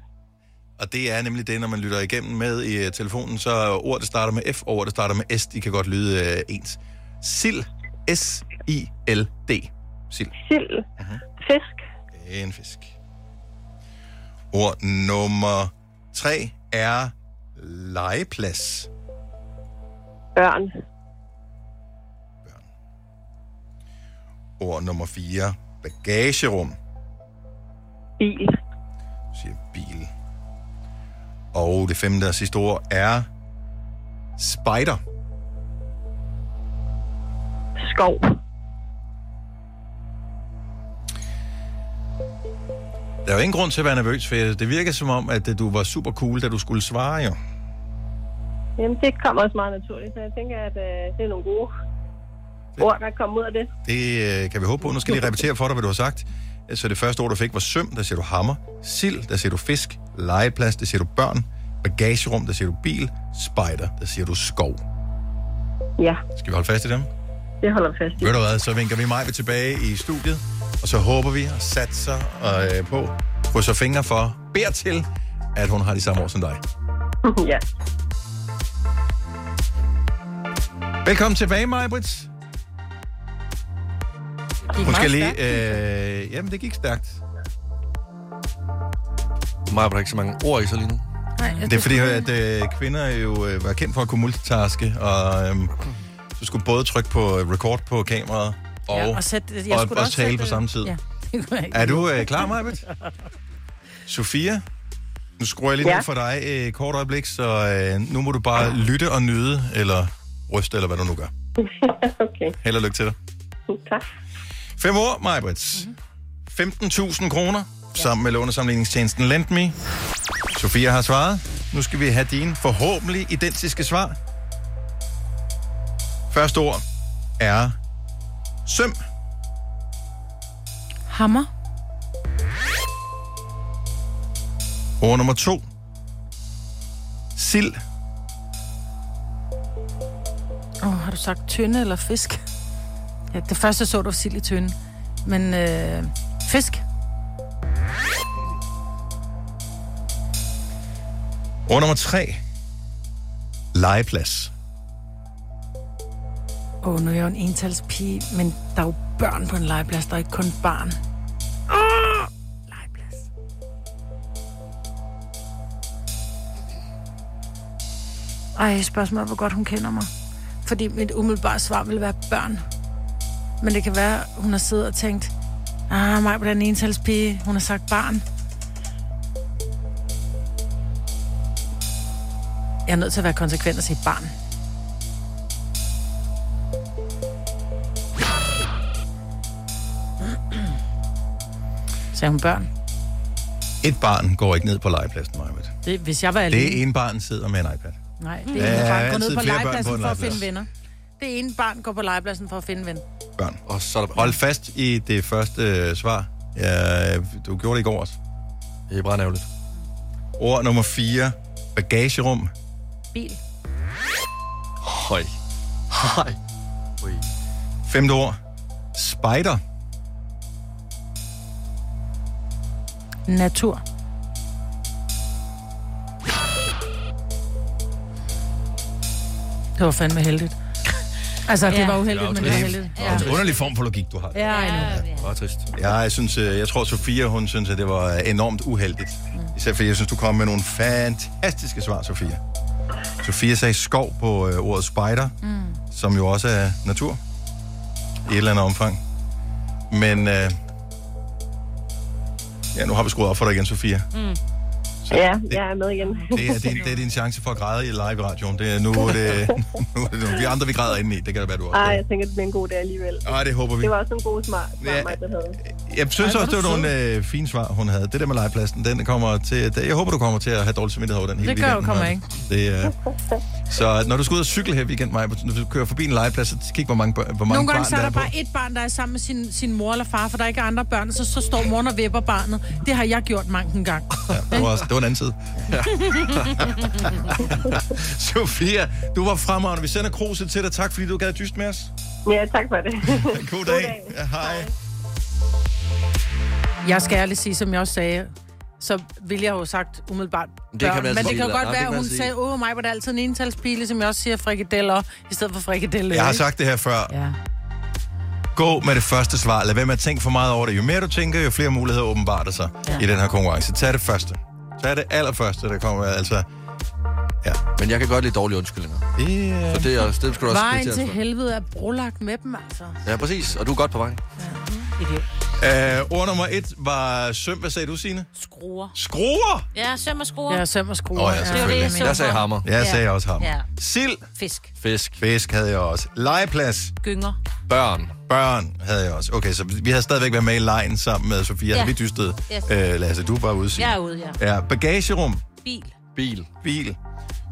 A: Og det er nemlig det, når man lytter igennem med i øh, telefonen, så er ord, der starter med F, og ord, der starter med S, de kan godt lyde øh, ens. Sild. S-I-L-D. Sild. Mhm.
H: Sild. Fisk.
A: En fisk. Ord nummer tre er legeplads.
H: Børn.
A: Ord nummer fire, bagagerum,
H: Bil.
A: siger bil. Og det femte og sidste ord er spider.
H: Skov.
A: Der er jo ingen grund til at være nervøs, for det virker som om, at øh, du var super cool, da du skulle svare jo.
H: Jamen, det kommer også meget naturligt, så jeg tænker, at øh, det er nogle gode ord, der kommer ud af det.
A: Det øh, kan vi håbe på. Nu skal jeg lige repetere for dig, hvad du har sagt. Så det første ord, du fik, var søm, der siger du hammer. Sild, der siger du fisk. Legeplads, der siger du børn. Bagagerum, der siger du bil. Spider, der siger du skov.
H: Ja,
A: Skal vi holde fast i dem?
H: det holder vi fast i.
A: Ved du hvad, så vinker vi mig tilbage i studiet, og så håber vi og satser og, øh, på, krydser fingre for, beder til, at hun har de samme år som dig.
H: ja.
A: Velkommen tilbage, Majbrits. Hun skal lige... Øh, jamen, det gik stærkt.
C: Maja, der er ikke så mange ord i sig lige nu.
D: Nej,
A: Det er fordi, at øh, kvinder jo øh, var kendt for at kunne multitaske, og øh, du skulle både trykke på øh, record på kameraet, og,
D: Ja, og sæt- jeg
A: og,
D: skulle da
A: og
D: også
A: tale
D: sætte-
A: på samme tid. Ja.
D: Det kunne jeg ikke.
A: Er du øh, klar, Majbet? Sofia, nu skruer jeg lige ja.
D: Ja.
A: ned for dig øh, et kort øjeblik, så øh, nu må du bare lytte og nyde, eller ryste, eller hvad du nu gør.
H: [laughs] okay,
A: Held og lykke til dig.
H: tak.
A: Fem år, Majbrits. Mm-hmm. 15.000 kroner, sammen med lånesamligningstjenesten LendMe. Sofia har svaret. Nu skal vi have dine forhåbentlig identiske svar. Første ord er søm.
D: Hammer.
A: Ord nummer to. Sild.
D: Åh, oh, har du sagt tynde eller fisk? Ja, det første jeg så, du var sild i tynde. Men øh, fisk.
A: Ord nummer tre. Legeplads.
D: Åh, oh, nu er jeg jo en entalspige, men der er jo børn på en legeplads, der er ikke kun barn. Ej, spørgsmålet er, hvor godt hun kender mig. Fordi mit umiddelbare svar vil være børn. Men det kan være, hun har siddet og tænkt, ah, mig på den entalspige, hun har sagt barn. Jeg er nødt til at være konsekvent og sige barn. Sagde hun børn?
A: Et barn går ikke ned på legepladsen, Majbet.
D: Det, hvis jeg var alene.
A: Det ene barn sidder med en iPad.
D: Nej, det
A: Ja,
D: er ja,
A: altid
D: bare gå ned på
A: flere børn på
D: legepladsen
A: en
D: for at
A: legeplads.
D: finde venner. Det ene barn går på legepladsen for at finde ven.
A: børn. Og så er der Hold fast i det første øh, svar. Ja, du gjorde det i går også. Det er brændævligt. Ord nummer 4. Bagagerum.
D: Bil.
A: Høj. Høj. Femte ord. Spider.
D: Natur. Det var fandme heldigt. Altså, det
B: Ja.
D: var uheldigt, men det var heldigt. Ja.
A: En underlig form for logik, du har.
D: Ja, I know.
A: Det var trist. Jeg, synes, øh, jeg tror, Sofia, hun synes, at det var enormt uheldigt. Især fordi jeg synes, du kom med nogle fantastiske svar, Sofia. Sofia sagde skov på øh, ordet spider, mm. som jo også er natur i et eller andet omfang. Men øh, ja, nu har vi skruet op for dig igen, Sofia.
H: Mm.
A: Så
H: Ja,
A: det-
H: jeg er med igen.
A: Det er, din, det er din chance for at græde i live-radioen. Det er nu, det, [laughs] nu, er det nu, vi andre, vi græder inde i. Det kan da være, du også.
H: Ej, jeg tænker, det bliver en god dag alligevel.
A: Ej, det håber vi.
H: Det var også en god smart, smart
A: Ja.
H: ja. mig, der
A: [laughs]
H: havde.
A: Jeg synes
H: Ej,
A: også, det
H: hvor
A: var
H: er du
A: nogle øh, fine svar, hun havde. Det der med legepladsen, den kommer til... Jeg håber, du kommer til at have dårlig samvittighed over den hele
D: Det gør jeg jo,
A: weekenden,
D: kommer
A: Maja.
D: jeg ikke.
A: Det, øh, [laughs] så når du skal ud og cykle her i weekend, Maja, når du kører forbi en legeplads, så kig, hvor mange, bør- hvor mange
D: Nogle
A: barn
D: gange så er der
A: på.
D: bare et barn, der er sammen med sin, sin mor eller far, for der ikke er andre børn, så, så står moren og vipper barnet. Det har jeg gjort mange en gang.
A: Ja, det, var også, det var en anden side. Ja. [laughs] Sofia, du var fremragende. Vi sender kruset til dig. Tak, fordi du gad dyst [laughs] med os.
H: Ja, tak for det.
A: God dag. Ja, hej.
D: Jeg skal ærligt sige, som jeg også sagde, så ville jeg jo have sagt umiddelbart
C: Det kan
D: børn.
C: man
D: men
C: altså
D: det
C: sige,
D: kan jo
C: eller-
D: godt
C: nej, det
D: være,
C: kan
D: at
C: man
D: hun
C: sige.
D: sagde, åh, mig var det altid en entalspile, som jeg også siger frikadeller, i stedet for frikadelle.
A: Jeg har sagt det her før.
D: Ja.
A: Gå med det første svar. Lad være med at tænke for meget over det. Jo mere du tænker, jo flere muligheder åbenbarer der sig ja. i den her konkurrence. Tag det første. Tag det allerførste, der kommer. Altså, ja. Men jeg kan godt lide dårlige undskyldninger. Yeah.
C: Så det, er også, det skal du også
D: Vejen
C: kvitteres
D: til helvede er brolagt med dem, altså.
C: for. Ja, præcis. Og du er godt på vej.
D: Idiot.
A: Uh, Uh, ord nummer et var søm. Hvad sagde du, Signe?
B: Skruer.
A: Skruer?
B: Ja, søm og skruer.
D: Ja, søm og skruer.
A: Åh, ja, selvfølgelig. Jeg sagde hammer. Jeg sagde også hammer.
B: Ja.
A: Sild.
B: Fisk.
A: Fisk. Fisk havde jeg også. Legeplads.
B: Gynger.
A: Børn. Børn havde jeg også. Okay, så vi har stadigvæk været med i lejen sammen med Sofia.
B: Ja.
A: Ja. Vi dystede.
B: Yes.
A: Yes. Øh, Lasse, du er bare ude, Signe.
B: Jeg er ude, ja.
A: Ja, bagagerum.
B: Bil.
A: Bil. Bil.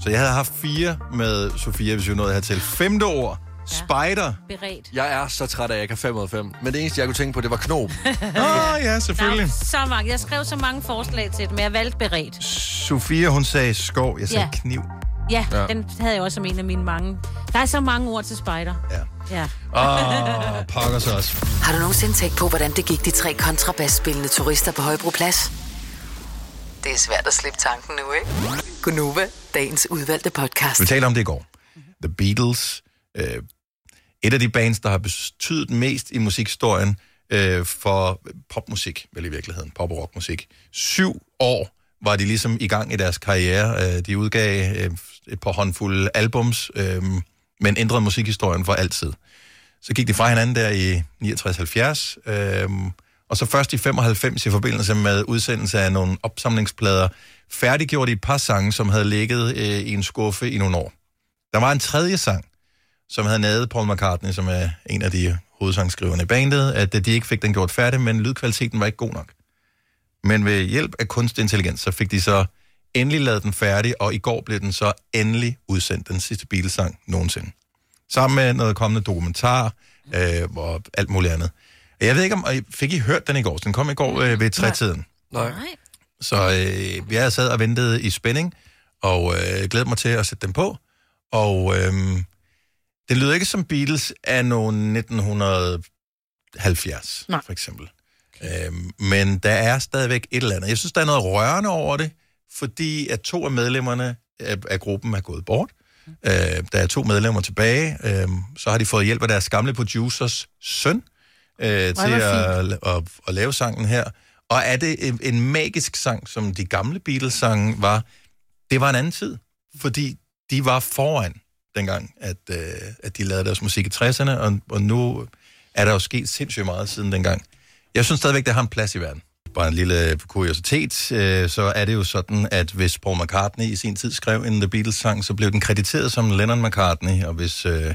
A: Så jeg havde haft fire med Sofia, hvis vi nåede hertil. Femte ord. Spider.
B: Beredt.
C: Jeg er så træt af, at jeg kan 5 ud af 5. Men det eneste, jeg kunne tænke på, det var knob.
A: Åh, oh, ja, selvfølgelig.
B: Der er så mange. Jeg skrev så mange forslag til det, men jeg valgte beredt.
A: Sofia, hun sagde skov. Jeg sagde
B: Ja.
A: ja. kniv.
B: Ja, ja,
A: Ja.
B: den havde jeg også som en af mine mange. Der er så mange ord til spider.
A: Ja.
B: Ja.
A: Åh, oh, pokker så også.
E: Har du nogensinde tænkt på, hvordan det gik de tre kontrabasspillende turister på Højbroplads? Det er svært at slippe tanken nu, ikke? Gunova, dagens udvalgte podcast.
A: Vi talte om det i går. The Beatles. Øh, et af de bands, der har betydet mest i musikhistorien øh, for popmusik, vel i virkeligheden, pop- og rockmusik. Syv år var de ligesom i gang i deres karriere. Øh, de udgav øh, et par håndfulde albums, øh, men ændrede musikhistorien for altid. Så gik de fra hinanden der i 69-70, øh, og så først i 95 i forbindelse med udsendelse af nogle opsamlingsplader, færdiggjorde de et par sange, som havde ligget øh, i en skuffe i nogle år. Der var en tredje sang, som havde naget Paul McCartney, som er en af de hovedsangskriverne i bandet, at øh, de ikke fik den gjort færdig, men lydkvaliteten var ikke god nok. Men ved hjælp af kunstig intelligens, så fik de så endelig lavet den færdig, og i går blev den så endelig udsendt, den sidste Beatles-sang nogensinde. Sammen med noget kommende dokumentar øh, og alt muligt andet. Jeg ved ikke, om og fik I hørt den i går? Så Den kom i går øh, ved trætiden.
C: Nej.
A: Så øh, jeg sad og ventede i spænding, og øh, glædede mig til at sætte den på. Og øh, det lyder ikke som Beatles af nogen 1970, Nej. for eksempel. Okay. Øhm, men der er stadigvæk et eller andet. Jeg synes, der er noget rørende over det, fordi at to af medlemmerne af, af gruppen er gået bort. Øh, der er to medlemmer tilbage. Øh, så har de fået hjælp af deres gamle producers søn øh, til
L: hvor
A: at, at, at lave sangen her. Og er det en, en magisk sang, som de gamle Beatles-sange var? Det var en anden tid, fordi de var foran dengang, at, øh, at de lavede deres musik i 60'erne, og, og nu er der jo sket sindssygt meget siden dengang. Jeg synes stadigvæk, det har en plads i verden. Bare en lille kuriositet, øh, så er det jo sådan, at hvis Paul McCartney i sin tid skrev en The Beatles-sang, så blev den krediteret som Lennon-McCartney, og hvis øh,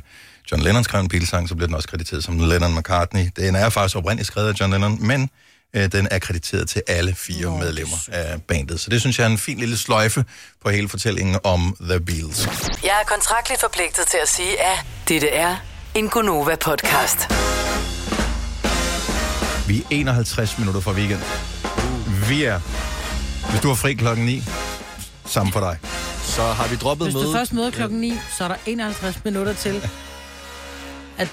A: John Lennon skrev en Beatles-sang, så blev den også krediteret som Lennon-McCartney. Den er faktisk oprindeligt skrevet af John Lennon, men øh, den er krediteret til alle fire Nå, medlemmer af bandet. Så det synes jeg er en fin lille sløjfe på hele fortællingen om The Beatles.
E: Jeg er kontraktligt forpligtet til at sige, at dette er en Gunova-podcast.
A: Vi er 51 minutter fra weekend. Vi er, hvis du har fri klokken 9, sammen for dig.
C: Så har vi droppet
D: Hvis du først møder klokken 9, så er der 51 minutter til. Mm.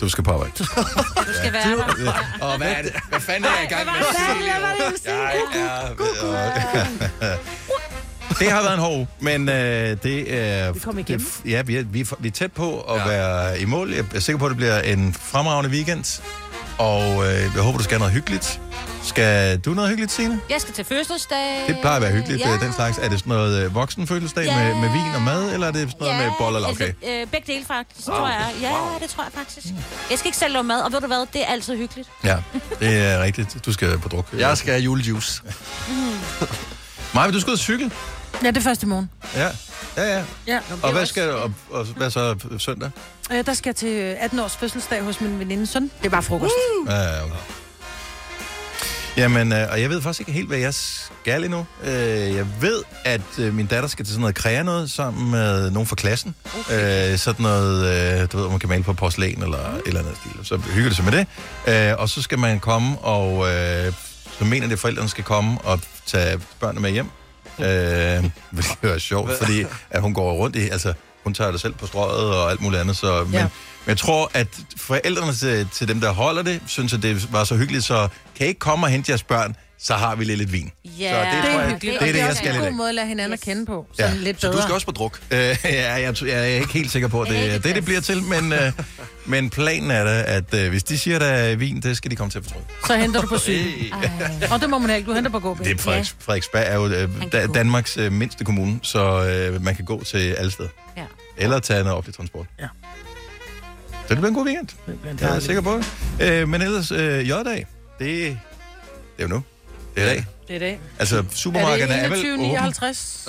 A: Du skal på arbejde.
D: Du skal være der.
A: Og hvad er det? Hvad fanden er jeg i gang
D: [laughs]
A: med? Jeg er... Det har været en hård uge, men øh, det er...
M: Vi kom igennem.
A: det- Ja, vi er, vi, er, vi er tæt på at ja. være i mål. Jeg er sikker på, at det bliver en fremragende weekend. Og øh, jeg håber, du skal have noget hyggeligt. Skal du noget hyggeligt, Signe?
B: Jeg skal til fødselsdag.
A: Det plejer at være hyggeligt,
B: Ja.
A: ja. den slags. Er det sådan noget øh, voksenfødselsdag
B: Ja.
A: ja. med, med vin og mad, eller er det sådan noget ja. med boller eller okay?
B: Altså, øh, begge dele faktisk,
A: Wow.
B: tror jeg. Ja, det tror jeg faktisk. Jeg skal ikke selv lave mad, og ved du hvad, det er altid hyggeligt.
A: Ja, det er rigtigt. Du skal på druk. Jeg skal have julejuice.
D: Mm.
A: Maja, du skal ud og cykle.
D: Ja, det er først i morgen.
A: Ja, ja, ja.
D: Ja.
A: Og hvad, skal, og, og hvad så søndag?
D: Øh, der skal jeg til 18 års fødselsdag hos min veninde søn. Det er bare frokost. Uh.
A: Ja, ja, okay. Jamen, øh, og jeg ved faktisk ikke helt, hvad jeg skal endnu. Øh, jeg ved, at øh, min datter skal til sådan noget krære noget sammen med nogen fra klassen. Okay. Øh, sådan noget, øh, du ved, om man kan male på porcelæn eller mm. et eller andet stil. Så hygger det sig med det. Øh, og så skal man komme og... Øh, så mener det, at forældrene skal komme og tage børnene med hjem. Øh, [laughs] hvilket jo er sjovt, fordi at hun går rundt i... Altså, hun tager det selv på strøget og alt muligt andet. Så, men,
L: Ja.
A: ja. Men jeg tror, at forældrene til, til dem, der holder det, synes, at det var så hyggeligt, så kan I ikke komme og hente jeres børn, så har vi lidt, lidt vin.
D: Ja,
A: så det, tror jeg, det,
D: Og
A: er det, jeg
D: også
A: skal i
D: en god
A: dag.
D: måde at lade hinanden yes. at kende på. Sådan lidt bedre.
A: også på druk? Øh, ja, jeg, tror- jeg er ikke helt sikker på, at det er det, det bliver til, men, øh, men planen er da, at øh, hvis de siger, der er vin, det skal de komme til at fortro.
D: Så henter du på syg. Og det må man ikke. Du henter på gåben.
A: Det er Frederiks, Frederiksberg er jo øh, da, Danmarks øh, mindste kommune, så øh, man kan gå til alle steder.
D: Ja.
A: Eller tage noget offentlig transport.
D: Ja.
A: Så det bliver en god weekend.
D: Det bliver en
A: Jeg er
D: dejlig
A: sikker på det. Øh, men ellers, øh, J-dag. Det, det er jo nu. Det er i dag.
D: Det er det.
A: Altså, supermarkederne er,
D: er
A: vel
D: det
A: åbne.
D: 59?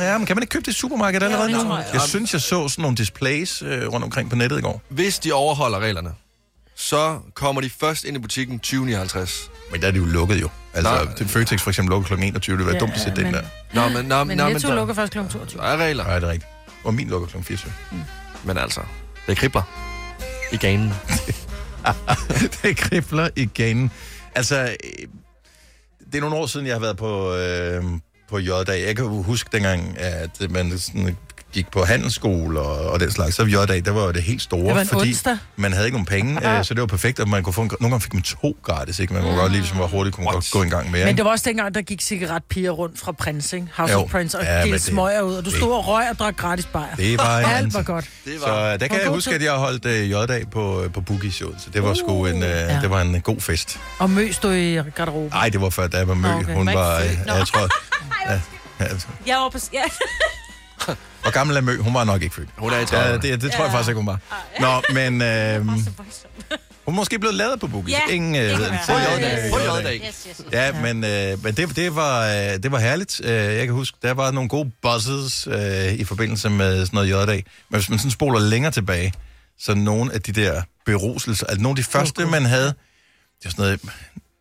A: Ja, men kan man ikke købe det i supermarkedet allerede
D: det
A: nu?
D: tror jeg.
A: Jeg synes, jeg så sådan nogle displays øh, rundt omkring på nettet i går.
C: Hvis de overholder reglerne, så kommer de først ind i butikken 2059.
A: Men der er de jo lukket jo. Altså, Nej. Føtex for eksempel lukker kl. 21. Det var ja,
D: Ja,
A: dumt at sætte den
D: men-
A: der.
C: Nå, men, nå,
D: Men
C: nå,
D: Netto
C: der-
D: lukker først kl. 22.
C: Der er regler.
A: Nej, det er rigtigt. Og min lukker kl. 24.
C: Men altså, det kribler i ganen.
A: [laughs] det kribler i ganen. Altså, øh, det er nogle år siden, jeg har været på, øh, på J-dag. Jeg kan jo huske dengang, at man sådan gik på handelsskole og, og den slags. Så J-dag, der var jo det helt store,
D: Det var en
A: fordi
D: onsdag.
A: man havde ikke nogen penge, øh, så det var perfekt, og man kunne få en, nogle gange fik man to gratis, ikke? Man kunne godt lige, hvis man var hurtigt, kunne man godt gå en gang mere.
D: Men
A: ikke?
D: det var også dengang, der gik cigaretpiger rundt fra Prince, ikke? House
A: Jo.
D: of Prince, og
A: Ja, men
D: ja,
A: det-
D: delte smøger ud, og du
A: det-
D: stod og røg og drak gratis bajer.
A: Det var en
D: Alt
A: anden
D: var
A: tid.
D: godt.
A: Så øh, der
D: Og
A: kan jeg
D: god
A: huske,
D: tid.
A: at jeg holdt øh, J-dag på, øh, på Boogie Show, så det var sgu en, øh, det var en god fest.
D: Og møs du i garderoben.
A: Nej, det var før, da jeg var mø.
D: Okay.
A: Okay. Hun
D: Var
A: var,
D: ikke
A: øh,
D: født. Nå.
A: jeg tror, ja, ja, altså.
B: Jeg var på... [laughs] Ja.
A: Hvor gammel er Mø? Hun var nok ikke født.
C: Hun er i
A: ja,
C: 30'erne.
A: det, det tror jeg
B: Ja.
A: faktisk ikke, hun var. Nå, men... Øh, hun er måske blevet lavet på Boogie.
B: Ja,
A: Ingen øh,
B: det
A: ved
B: kan
A: det.
B: være.
A: På
B: På
A: J-dag.
B: J-dag.
A: På J-dag. Ja, men, øh, men det, det, var, øh, det var herligt. Øh, Jeg kan huske, der var nogle gode buzzes øh, i forbindelse med sådan noget J-dag. Men hvis man sådan spoler længere tilbage, så nogle af de der beruselser, altså nogle af de første, man havde, det er sådan noget,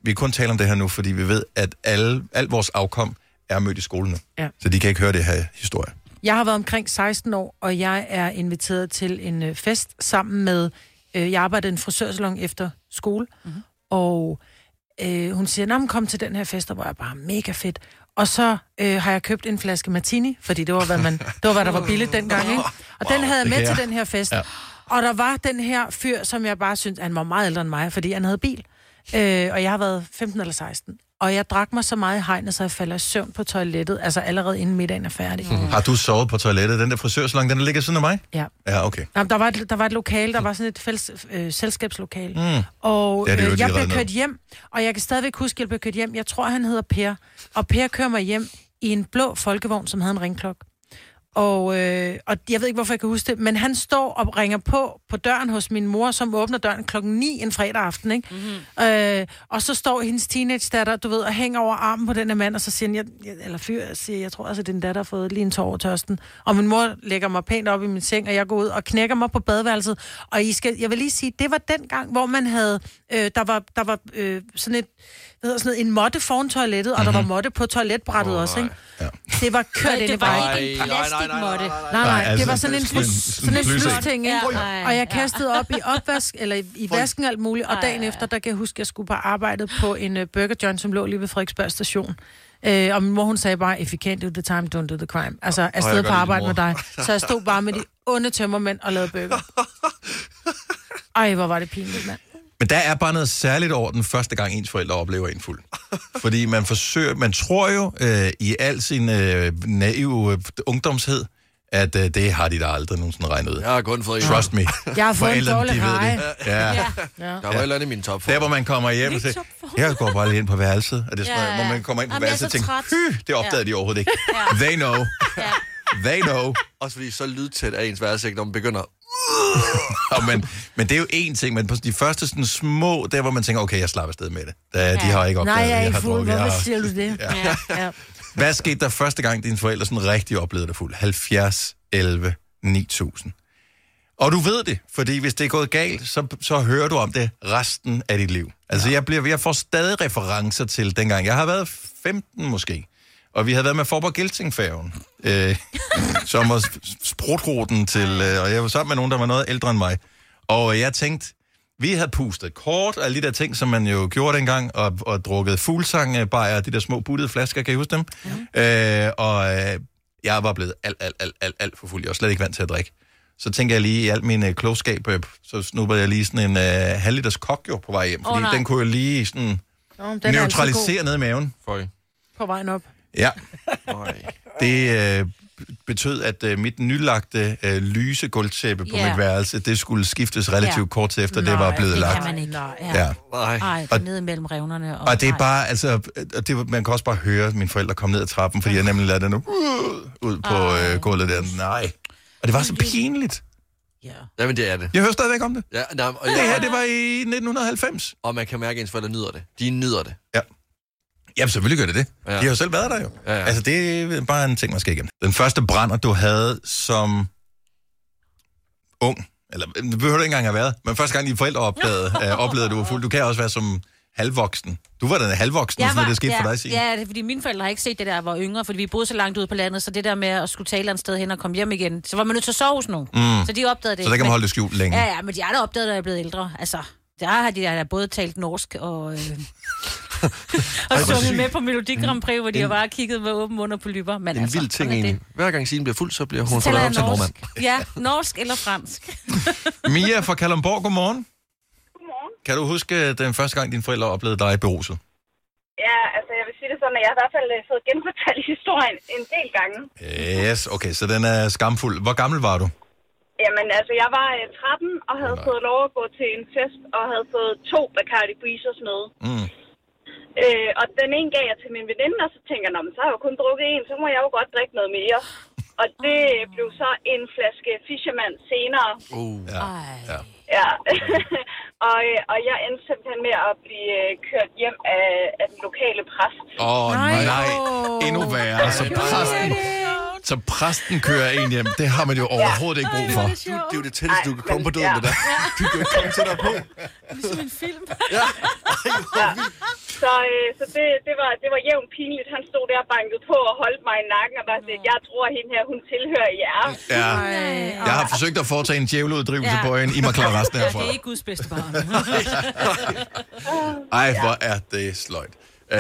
A: vi kan kun tale om det her nu, fordi vi ved, at alle, alt vores afkom er mødt i skolen nu.
D: Ja. Mm.
A: Så de kan ikke høre det her historie.
D: Jeg har været omkring 16 år, og jeg er inviteret til en øh, fest sammen med... Øh, jeg arbejdede i en frisørsalon efter skole,
L: Mhm.
D: mm-hmm. og øh, hun siger, "Nå, men kom til den her fest, og hvor jeg bare mega fedt. Og så øh, har jeg købt en flaske martini, fordi det var, hvad, man, det var, hvad der var billigt dengang, ikke? Og den havde jeg
L: det
D: med
L: kan
D: til
L: jeg.
D: den her fest.
L: Ja.
D: Og der var den her fyr, som jeg bare syntes, han var meget ældre end mig, fordi han havde bil. Øh, og jeg har været 15 eller 16. Og jeg drak mig så meget i hegnet, så jeg falder i søvn på toilettet, altså allerede inden middagen er færdig.
L: Mhm.
A: Mm. Har du sovet på toilettet? Den der frisørsalon, den der ligger siden af mig?
D: Ja.
A: Ja, okay.
D: Jamen, der, var et, der var et lokale, der var sådan et fælles, øh, selskabslokale.
A: Mm.
D: Og
A: Det er det jo
D: øh, jeg
A: ikke lige
D: blev
A: reddet
D: kørt
A: ned.
D: hjem, og jeg kan stadigvæk huske, at jeg blev kørt hjem. Jeg tror, han hedder Per. Og Per kører mig hjem i en blå folkevogn, som havde en ringklok. Og, øh, og jeg ved ikke, hvorfor jeg kan huske det, men han står og ringer på på døren hos min mor, som åbner døren klokken 9 en fredag aften, ikke?
A: Mm.
D: Mm-hmm. Øh, og så står hendes teenage datter, du ved, og hænger over armen på den her mand, og så siger han, jeg, jeg, eller fyr, jeg siger, jeg tror altså, din datter har fået lige en tår over tørsten. Og min mor lægger mig pænt op i min seng, og jeg går ud og knækker mig på badeværelset. Og I skal, jeg vil lige sige, det var den gang, hvor man havde, øh, der var, der var øh, sådan et, hvad hedder sådan noget, en måtte foran toilettet, og mm-hmm. der var måtte på toiletbrættet oh, også, ikke? Ja. Det var kørt ind i
B: det var
D: vejen.
B: ikke en plastikmåtte.
D: Nej, nej, det
A: altså,
D: var sådan en,
A: sådan en-
D: flus,
A: sådan
D: sådan
A: en
D: en
A: flysæk.
D: flysting, ikke?
B: Ja, nej,
D: og jeg
B: ja.
D: kastede op i opvask, eller i, i vasken og alt muligt, og dagen efter, der kan jeg huske, at jeg skulle på arbejde på en uh, Burger Joint, som lå lige ved Frederiksberg station. Øh, og min mor, hun sagde bare, if you can't do the time, don't do the crime. Altså,
L: jeg
D: afsted
L: godt
D: på
L: lide
D: arbejde
L: din
D: med dig.
L: mor.
D: Så jeg stod bare med de onde tømmermænd og lavede
A: [laughs]
D: burger. Ej, hvor var det pinligt, mand.
A: Men der er bare noget særligt over den første gang, ens forældre oplever en fuld. Fordi man forsøger, man tror jo øh, i al sin øh, naive øh, ungdomshed, at øh, det har de da aldrig nogensinde regnet ud. Jeg
C: har kun fået
A: en. Trust me.
D: Jeg har fået en
A: Forældrene,
D: dårlig
A: de ved
D: reje.
A: det. Ja. Ja.
D: Ja.
C: Der var et eller andet i min top.
A: Der, hvor man kommer hjem og siger, jeg går bare lige ind på værelset. Og det er sådan,
B: Ja,
A: noget, hvor
B: ja.
A: man kommer ind på
B: Jamen, jeg er
A: værelset og
B: så
A: tænker,
B: træt.
A: "Hy, det opdagede
B: Ja.
A: de overhovedet ikke. They know. They know.
C: Også fordi så lydtæt er ens værelse ikke, når man begynder...
A: [laughs] Og men, men det er jo én ting, men på de første sådan små, der hvor man tænker, okay, jeg slapper afsted med det. Da, ja. De har ikke opdaget,
D: Nej, jeg er
A: at
D: ikke
A: har
D: fuld.
A: drukket, jeg
D: Hvorfor
A: har-
D: siger du det?
A: Ja.
D: Ja. Ja.
A: Hvad skete der første gang, dine forældre sådan rigtig oplevede dig fuld? 70, 11, 9000. Og du ved det, fordi hvis det er gået galt, så, så hører du om det resten af dit liv. Altså, ja. jeg, bliver, jeg får stadig referencer til dengang. Jeg har været 15 måske, og vi havde været med Forborg Geltingfærgen, øh, som var s- sprutruten til, øh, og jeg var sammen med nogen, der var noget ældre end mig. Og øh, jeg tænkte, vi havde pustet kort, og alle de der ting, som man jo gjorde dengang, og, og drukket fuglsangbajer, de der små buttede flasker, kan I huske dem? Ja. Øh, og øh, jeg var blevet alt, alt, alt, alt, alt for fuld. Jeg var slet ikke vant til at drikke. Så tænker jeg lige, i al min øh, klogskab, øh, så snuppede jeg lige sådan en øh, halv liters kok jo på vej
D: Åh,
A: hjem, fordi
D: nej.
A: den kunne jeg lige sådan
D: Nå, men den er altså altid
A: neutralisere ned i maven.
C: Føj.
D: god På vejen op.
A: Ja. Det øh, betød, at øh, mit nylagte øh, lyse gulvtæppe på
D: Ja.
A: mit værelse, det skulle skiftes relativt kort tid efter, det var blevet
B: det
A: lagt.
B: kan man ikke. Nej,
A: Ja.
B: ja.
A: Nej.
B: Ej,
A: Og-
B: og, ned mellem revnerne. Og,
A: Og det er bare, altså, og det, var- man kan også bare høre mine forældre komme ned ad trappen, fordi jeg nemlig lader den ud på øh, gulvet der. Nej. Og det var så pinligt.
C: Jamen, det er det.
A: Jeg hører stadigvæk om det.
C: Ja, nej, og jeg,
A: Det her, det var i 1990.
C: Og man kan mærke, at ens forældre nyder det. De nyder det.
A: Ja. Jamen, selvfølgelig gør det det.
C: Ja.
A: Ja. De har jo selv været der jo. Ja, ja. Altså, det er bare en ting, man skal igennem. Den første brænder, du havde som ung, eller øh, det behøver du ikke engang have været, men første gang dine forældre
B: [laughs]
A: opdagede, øh, oplevede, at du var fuld. Du kan også være som halvvoksen. Du var den halvvoksen, sådan noget, det skete
B: ja,
A: for dig, Signe.
B: Ja, det er, fordi mine forældre har ikke set det der, jeg var yngre, fordi vi boede så langt ude på landet, så det der med at skulle tale et sted hen og komme hjem igen, så var man nødt til at sove hos nogen.
A: Mm.
B: Så de opdagede det.
A: Så der kan
B: ikke,
A: man
B: men-
A: holde det skjult længe.
B: Ja, ja, men de har da opdaget, at jeg er blevet ældre. Altså, der har de der både talt norsk og, øh,
A: [laughs]
B: og
C: hvor
B: sunget
C: sygt.
B: med på Melodi Grand Prix, hvor de
C: En-
B: har bare kigget med åben mund og på lyber. Men
C: En
B: altså,
C: vild ting
B: sådan er det.
C: egentlig. Hver gang Signe bliver fuld, så bliver
B: Så
C: hun
B: taler
C: forladt
B: jeg
C: op til en
B: norsk. Ja, norsk
C: nordmand.
B: eller fransk.
A: Mia fra Kalundborg, godmorgen. Godmorgen. Kan du huske øh, den første gang, dine forældre oplevede dig beruset?
L: Ja, altså jeg vil sige det sådan, at jeg har i hvert fald øh, fået genfortalt [laughs] historien en del gange.
A: Yes, okay, så den er skamfuld. Hvor gammel var du?
L: Jamen altså, jeg var øh, 13 og havde fået lov at gå til en fest og havde fået to Bacardi Breezers med.
A: Mm.
L: Øh, og den ene gav jeg til min veninde, og så tænker jeg, "Nå, men så har jeg jo kun drukket en, så må jeg jo godt drikke noget mere. Og det øh, blev så en flaske Fisherman senere.
A: Oh.
C: Uh.
A: Ja. ja.
L: Ja, [laughs] og, øh, og jeg endte simpelthen med at blive øh, kørt hjem af, af den lokale præst.
A: Åh, oh, nej. nej. Endnu værre. Så præsten, så præsten kører en hjem. Det har man jo overhovedet ikke brug for.
C: Det er jo det tætteste, du kan komme på døden med dig. Du kan jo ikke komme tættere på.
B: Ligesom en
L: [laughs]
B: film.
C: ja.
L: ja. Så, øh, så det, det, var, det var jævnt pinligt. Han stod der og bankede på og holdt mig i nakken og bare sagde, jeg tror hende her, hun tilhører jer.
A: Ja. Jeg har forsøgt at foretage en djævleuddrivelse
L: Ja.
A: på en. I må klare resten herfra.
B: ikke
A: [laughs]
B: Guds bedste barn.
A: Ej, hvor er det sløjt. Uh,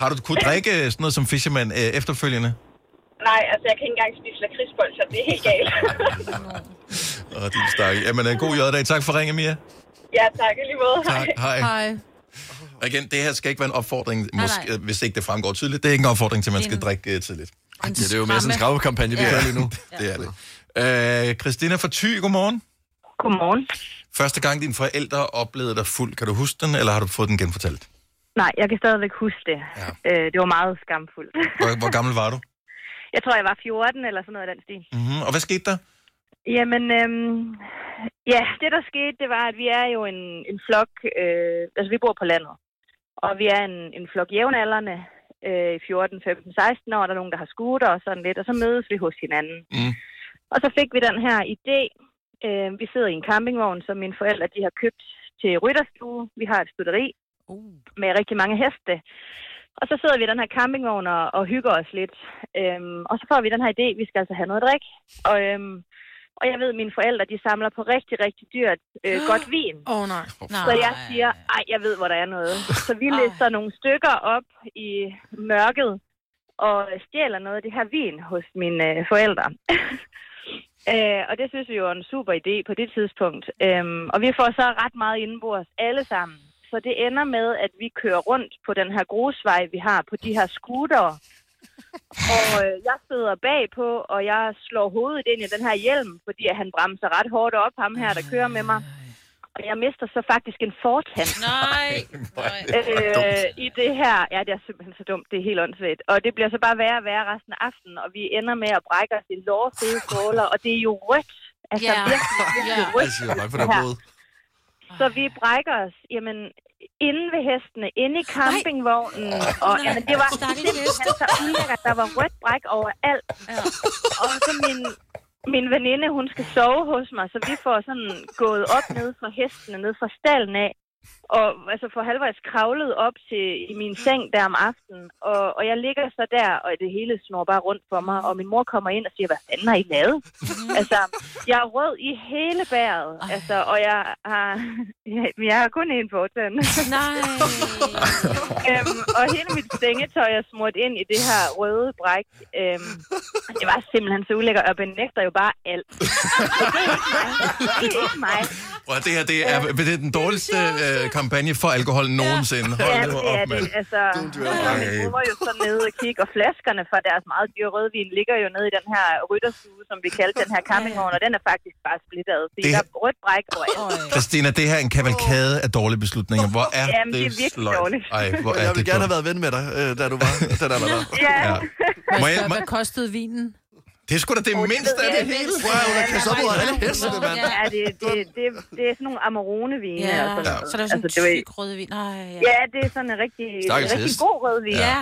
A: har du kunnet drikke sådan noget som Fisherman øh, efterfølgende?
L: Nej, altså jeg kan ikke engang spise lakridsbold, så det er helt
A: [laughs]
L: galt.
A: Åh, din stak. Jamen, øh, god jøddag. Tak for ringe, Mia.
L: ja, tak i lige måde.
A: Tak, hej. Hej. Og igen, det her skal ikke være en opfordring,
L: Nej,
A: måske,
L: nej.
A: øh, hvis ikke det fremgår tydeligt. Det er ikke en opfordring til, at man
L: Det er
A: skal
L: en-
A: drikke øh, tidligt.
B: Ja,
C: det er jo mere sådan en skravekampagne, vi
A: Ja.
C: kører lige nu.
A: Det er det. Øh, Christina fra Thy, godmorgen.
M: Godmorgen.
A: Første gang dine forældre oplevede dig fuld, kan du huske den, eller har du fået den genfortalt?
M: Nej, jeg kan stadigvæk huske det. Ja. Øh, det var meget skamfuldt. [laughs]
A: Hvor, hvor gammel var du?
M: Jeg tror, jeg var 14 eller sådan noget af den stil.
A: Mm-hmm. Og hvad skete der?
M: Jamen, øhm, ja, det der skete, det var, at vi er jo en, en flok, øh, altså vi bor på landet, og vi er en, en flok jævnaldrende, øh, 14, 15, 16 år, der er nogen, der har scooter og sådan lidt, og så mødes vi hos hinanden.
A: Mm.
M: Og så fik vi den her idé. Øh, vi sidder i en campingvogn, som mine forældre de har købt til rytterstue. Vi har et studeri uh. med rigtig mange heste. Og så sidder vi i den her campingvogn og, og hygger os lidt. Øhm, og så får vi den her idé, vi skal altså have noget drik. Og, øhm, og jeg ved, at mine forældre de samler på rigtig, rigtig dyrt
D: [gasps]
M: øh, godt vin.
D: Åh, oh, nej.
M: Så jeg siger, ej, jeg ved, hvor der er noget. Så vi lister nogle stykker op i mørket og stjæler noget af det her vin hos mine øh, forældre. øh, og det synes vi jo er en super idé på det tidspunkt. Øhm, og vi får så ret meget indenbords alle sammen. Så det ender med, at vi kører rundt på den her grusvej, vi har på de her scootere. Og øh, jeg sidder bagpå, og jeg slår hovedet ind i den her hjelm, fordi at han bremser ret hårdt op, ham her, der kører med mig. Og jeg mister så faktisk en fortand.
B: Nej.
M: [laughs] Øh, I det her, ja, det er simpelthen så dumt, det er helt åndssvagt. Og det bliver så bare værre og værre resten af aftenen, og vi ender med at brække os i lårfede skåler, og det er jo rødt. Altså
B: Ja.
M: virkelig, virkelig
B: Ja.
M: rødt.
C: Altså, Jeg siger bange for
M: det
C: det her
M: her.
C: blod.
M: Så vi brækker os, jamen, inde ved hestene, inde i campingvognen, og
N: Nej.
M: jamen, det var
N: Stakkels
M: simpelthen så ulækkert, der var rødt bræk overalt. Og så min, min veninde, hun skal sove hos mig, så vi får sådan gået op ned fra hestene, ned fra stallen af, og altså for halvvejs kravlet op til i min seng der om aftenen, og, Øhm, og jeg ligger så der, og det hele snor bare rundt for mig, og min mor kommer ind og siger, hvad fanden har I lavet? altså, jeg er rød i hele bæret, altså, og jeg har, [laughs] jeg har kun én fortand.
B: Nej.
M: øhm, og hele mit sengetøj er smurt ind i det her røde bræk. Øhm, det var simpelthen så ulækkert, og jeg benægter jo bare alt. Så det er ikke mig. Det er ikke mig.
A: Prøv, at det her det er, det er den dårligste øh, kampagne for alkohol nogensinde. Hold
M: ja,
A: nu
M: det er
A: op, mand.
M: det. Altså,
A: dyrlæge.
M: hun var jo så nede og kigge, og flaskerne fra deres meget dyre rødvin ligger jo nede i den her rytterstue, som vi kaldte den her campingvogn, og den er faktisk bare splittet ad, fordi
A: Det-
M: der er rødt bræk overalt.
A: Christina, det her er en kavalkade af dårlige beslutninger. Hvor er
M: Jamen, det er
A: det,
M: virkelig
A: sløjt.
M: dårligt.
A: Ej, hvor er
C: Jeg
A: det
C: ville gerne
A: dumt.
C: have været ven med dig, øh, da du var, da der var der.
M: Ja.
A: Ja. Må jeg,
D: Hvad,
A: må,
D: hvad kostede vinen?
A: Det er sgu da det
M: Åh,
A: mindste
M: ved
A: af
M: jeg
A: det
M: ikke.
A: hele. Prøv at hun har kastet op ud af alle hestene, mand.
M: Ja, det, det, det, det er sådan nogle amarone-vine.
B: Ja,
M: og sådan
B: så er der jo sådan
M: det var-
B: en tyk rødvin. Ej, ja.
M: Ja, det er sådan en rigtig,
B: Stakkels
M: rigtig
B: hest.
M: god rødvin.
B: Ja.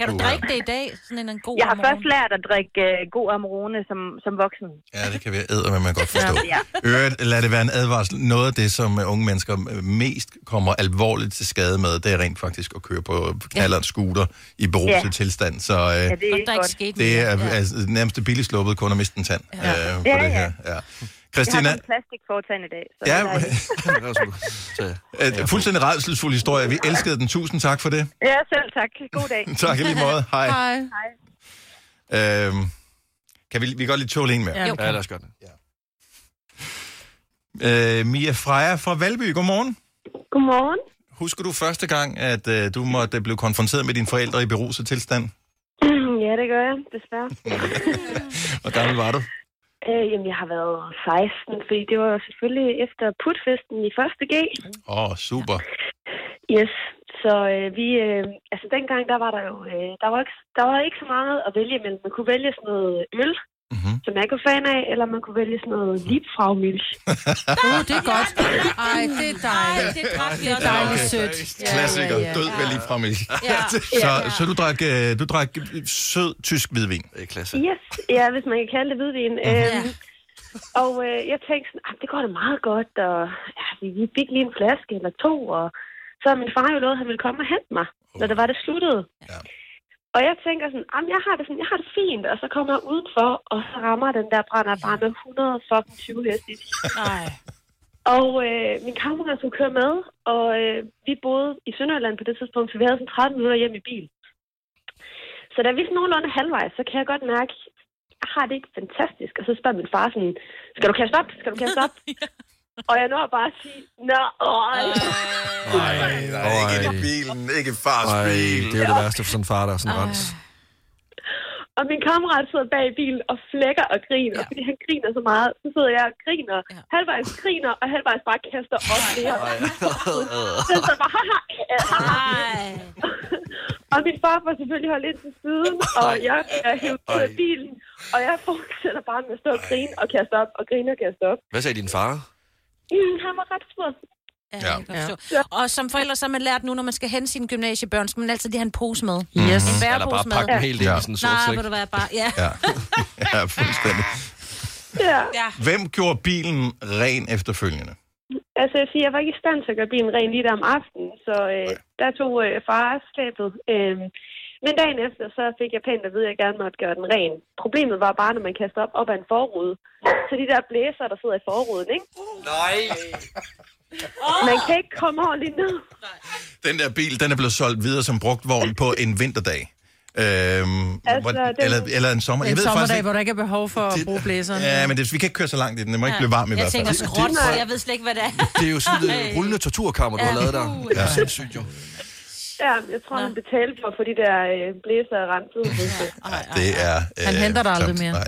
B: Kan du drikke det i dag? Sådan en, en god
M: Jeg har
B: Amarone?
M: først lært at drikke øh, god amarone som, som voksen.
A: Ja, det kan være æder, men man godt forstå.
M: Ja.
A: Øvrigt, lad det være en advarsel. Noget af det, som øh, unge mennesker mest kommer alvorligt til skade med, det er rent faktisk at køre på knalderen scooter i beruset
M: Ja.
A: tilstand. Så
M: Ja,
A: øh,
M: det er ikke godt.
A: det er altså, nærmest det billigst sluppet kun at miste en tand øh, på
M: Ja,
A: det her.
M: ja.
A: Ja.
M: Jeg
A: Christina,
M: har kun plastik i dag. Så
A: Ja,
M: det er
A: men- [laughs]
M: dejligt.
A: øh, fuldstændig redselsfuld historie. Vi elskede den. Tusind tak for det.
M: ja, selv tak. God dag.
A: [laughs] Tak i lige måde. Hej.
M: Hej.
A: Øhm, kan vi, vi kan godt lige tåle en mere?
C: Ja, Jo. lad os gøre det.
A: Ja. Øh, Mia Freja fra Valby, godmorgen.
N: Godmorgen.
A: Husker du første gang, at øh, du måtte blive konfronteret med dine forældre i beruset tilstand?
N: [clears throat] ja, det gør jeg,
H: [laughs]
N: desværre.
A: Hvor gammel var du?
N: øh, jamen, jeg har været 16, fordi det var jo selvfølgelig efter putfesten i 1. G.
A: Åh, oh, super.
N: Yes, så øh, vi... Øh, altså, dengang, der var der jo... Øh, der, var ikke, der var ikke så meget at vælge imellem. Man kunne vælge sådan noget øl, mm-hmm. som jeg kunne fan af, eller man kunne vælge sådan noget Liebfraumilch.
D: Uh, det er godt. Ej, det er dejligt.
N: Ej, det drak vi
D: Det er
N: også.
D: dejligt
A: Okay.
D: sødt.
A: Klassiker, død med lige frem i. [laughs]
N: Ja.
A: Så, så du drak, øh, du drak øh, sød tysk hvidvin? Det er klasse.
N: Yes, ja, hvis man kan kalde det hvidvin. Øhm, og øh, jeg tænkte sådan, "Ah, det går da meget godt, og ja, vi vi fik lige en flaske eller to, og så har min far jo lovet, at han ville komme og hente mig, når det var det sluttede.
A: Ja.
N: Og jeg tænker sådan, jamen jeg har det sådan, jeg har det fint, og så kommer jeg udenfor, og så rammer den der brænder bare med 120 heste i timen. Og øh, min kammerat skulle køre med, og øh, vi boede i Sønderjylland på det tidspunkt, så vi havde sådan 13 minutter hjem i bil. Så da vi er sådan nogenlunde halvvejs, så kan jeg godt mærke, jeg har det ikke fantastisk. Og så spørger min far sådan, skal du kaste op? Skal du kaste [laughs] op? Og jeg når bare at sige, nå, øj.
A: Nej, nej, ikke i bilen, ikke i fars
C: Ej,
A: bil.
C: det er jo det værste for sådan en far, der er sådan rens.
N: Og min kammerat sidder bag i bilen og flækker og griner, ja. fordi han griner så meget. Så sidder jeg og griner, ja. halvvejs griner, og halvvejs bare kaster op mere. Så jeg sidder bare, haha, øh, haha. Og min far får selvfølgelig holdt ind til siden, og jeg er hævet ud af bilen, og jeg fortsætter bare med at stå og grine og kaste op, og grine og kaste op.
C: Hvad sagde din far?
N: Mm, han var ret sur.
B: Ja. jeg kan godt forstå. Og som forældre, så har man lært nu, når man skal hente sine gymnasiebørn, skal man altid lige have en pose med.
A: Mhm.
B: En
A: Yes. Eller bare
B: bærepose med.
A: pakke dem helt ind i sådan en sort
B: Nej,
A: sæk.
B: vil du være bare... Ja.
A: Ja, [laughs] ja fuldstændig.
N: Ja.
B: ja.
A: Hvem gjorde bilen ren efterfølgende?
N: Altså, jeg vil sige, jeg var ikke i stand til at gøre bilen ren lige der om aftenen, så øh, der tog øh, far slæbet. Øh, men dagen efter, så fik jeg pænt at vide, at jeg gerne måtte gøre den ren. Problemet var bare, når man kaster op op ad en forrude. Så de der blæser, der sidder i forruden, ikke?
C: Nej.
N: Man kan ikke komme ordentligt ned.
A: Den der bil, den er blevet solgt videre som brugtvogn på en vinterdag. Øhm, altså,
D: det-
A: eller, eller en sommer.
D: En
A: Jeg ved
D: sommerdag,
A: faktisk
D: hvor der ikke er behov for at bruge blæseren.
A: ikke. Ja, men det, vi kan ikke køre så langt i den. Den må ikke
D: Ja.
A: blive varm i
D: Jeg
A: hvert fald.
D: tænker
B: Skråt, jeg ved slet ikke, hvad det er.
C: Det er jo sådan et rullende torturkammer, du har
N: Ja.
C: lavet der. Det er sindssygt jo.
N: Ja, jeg tror, man betalte for, for de der øh, blæser og renset. Nej,
A: Det er... øh,
N: Han henter dig aldrig
A: klamt.
N: mere.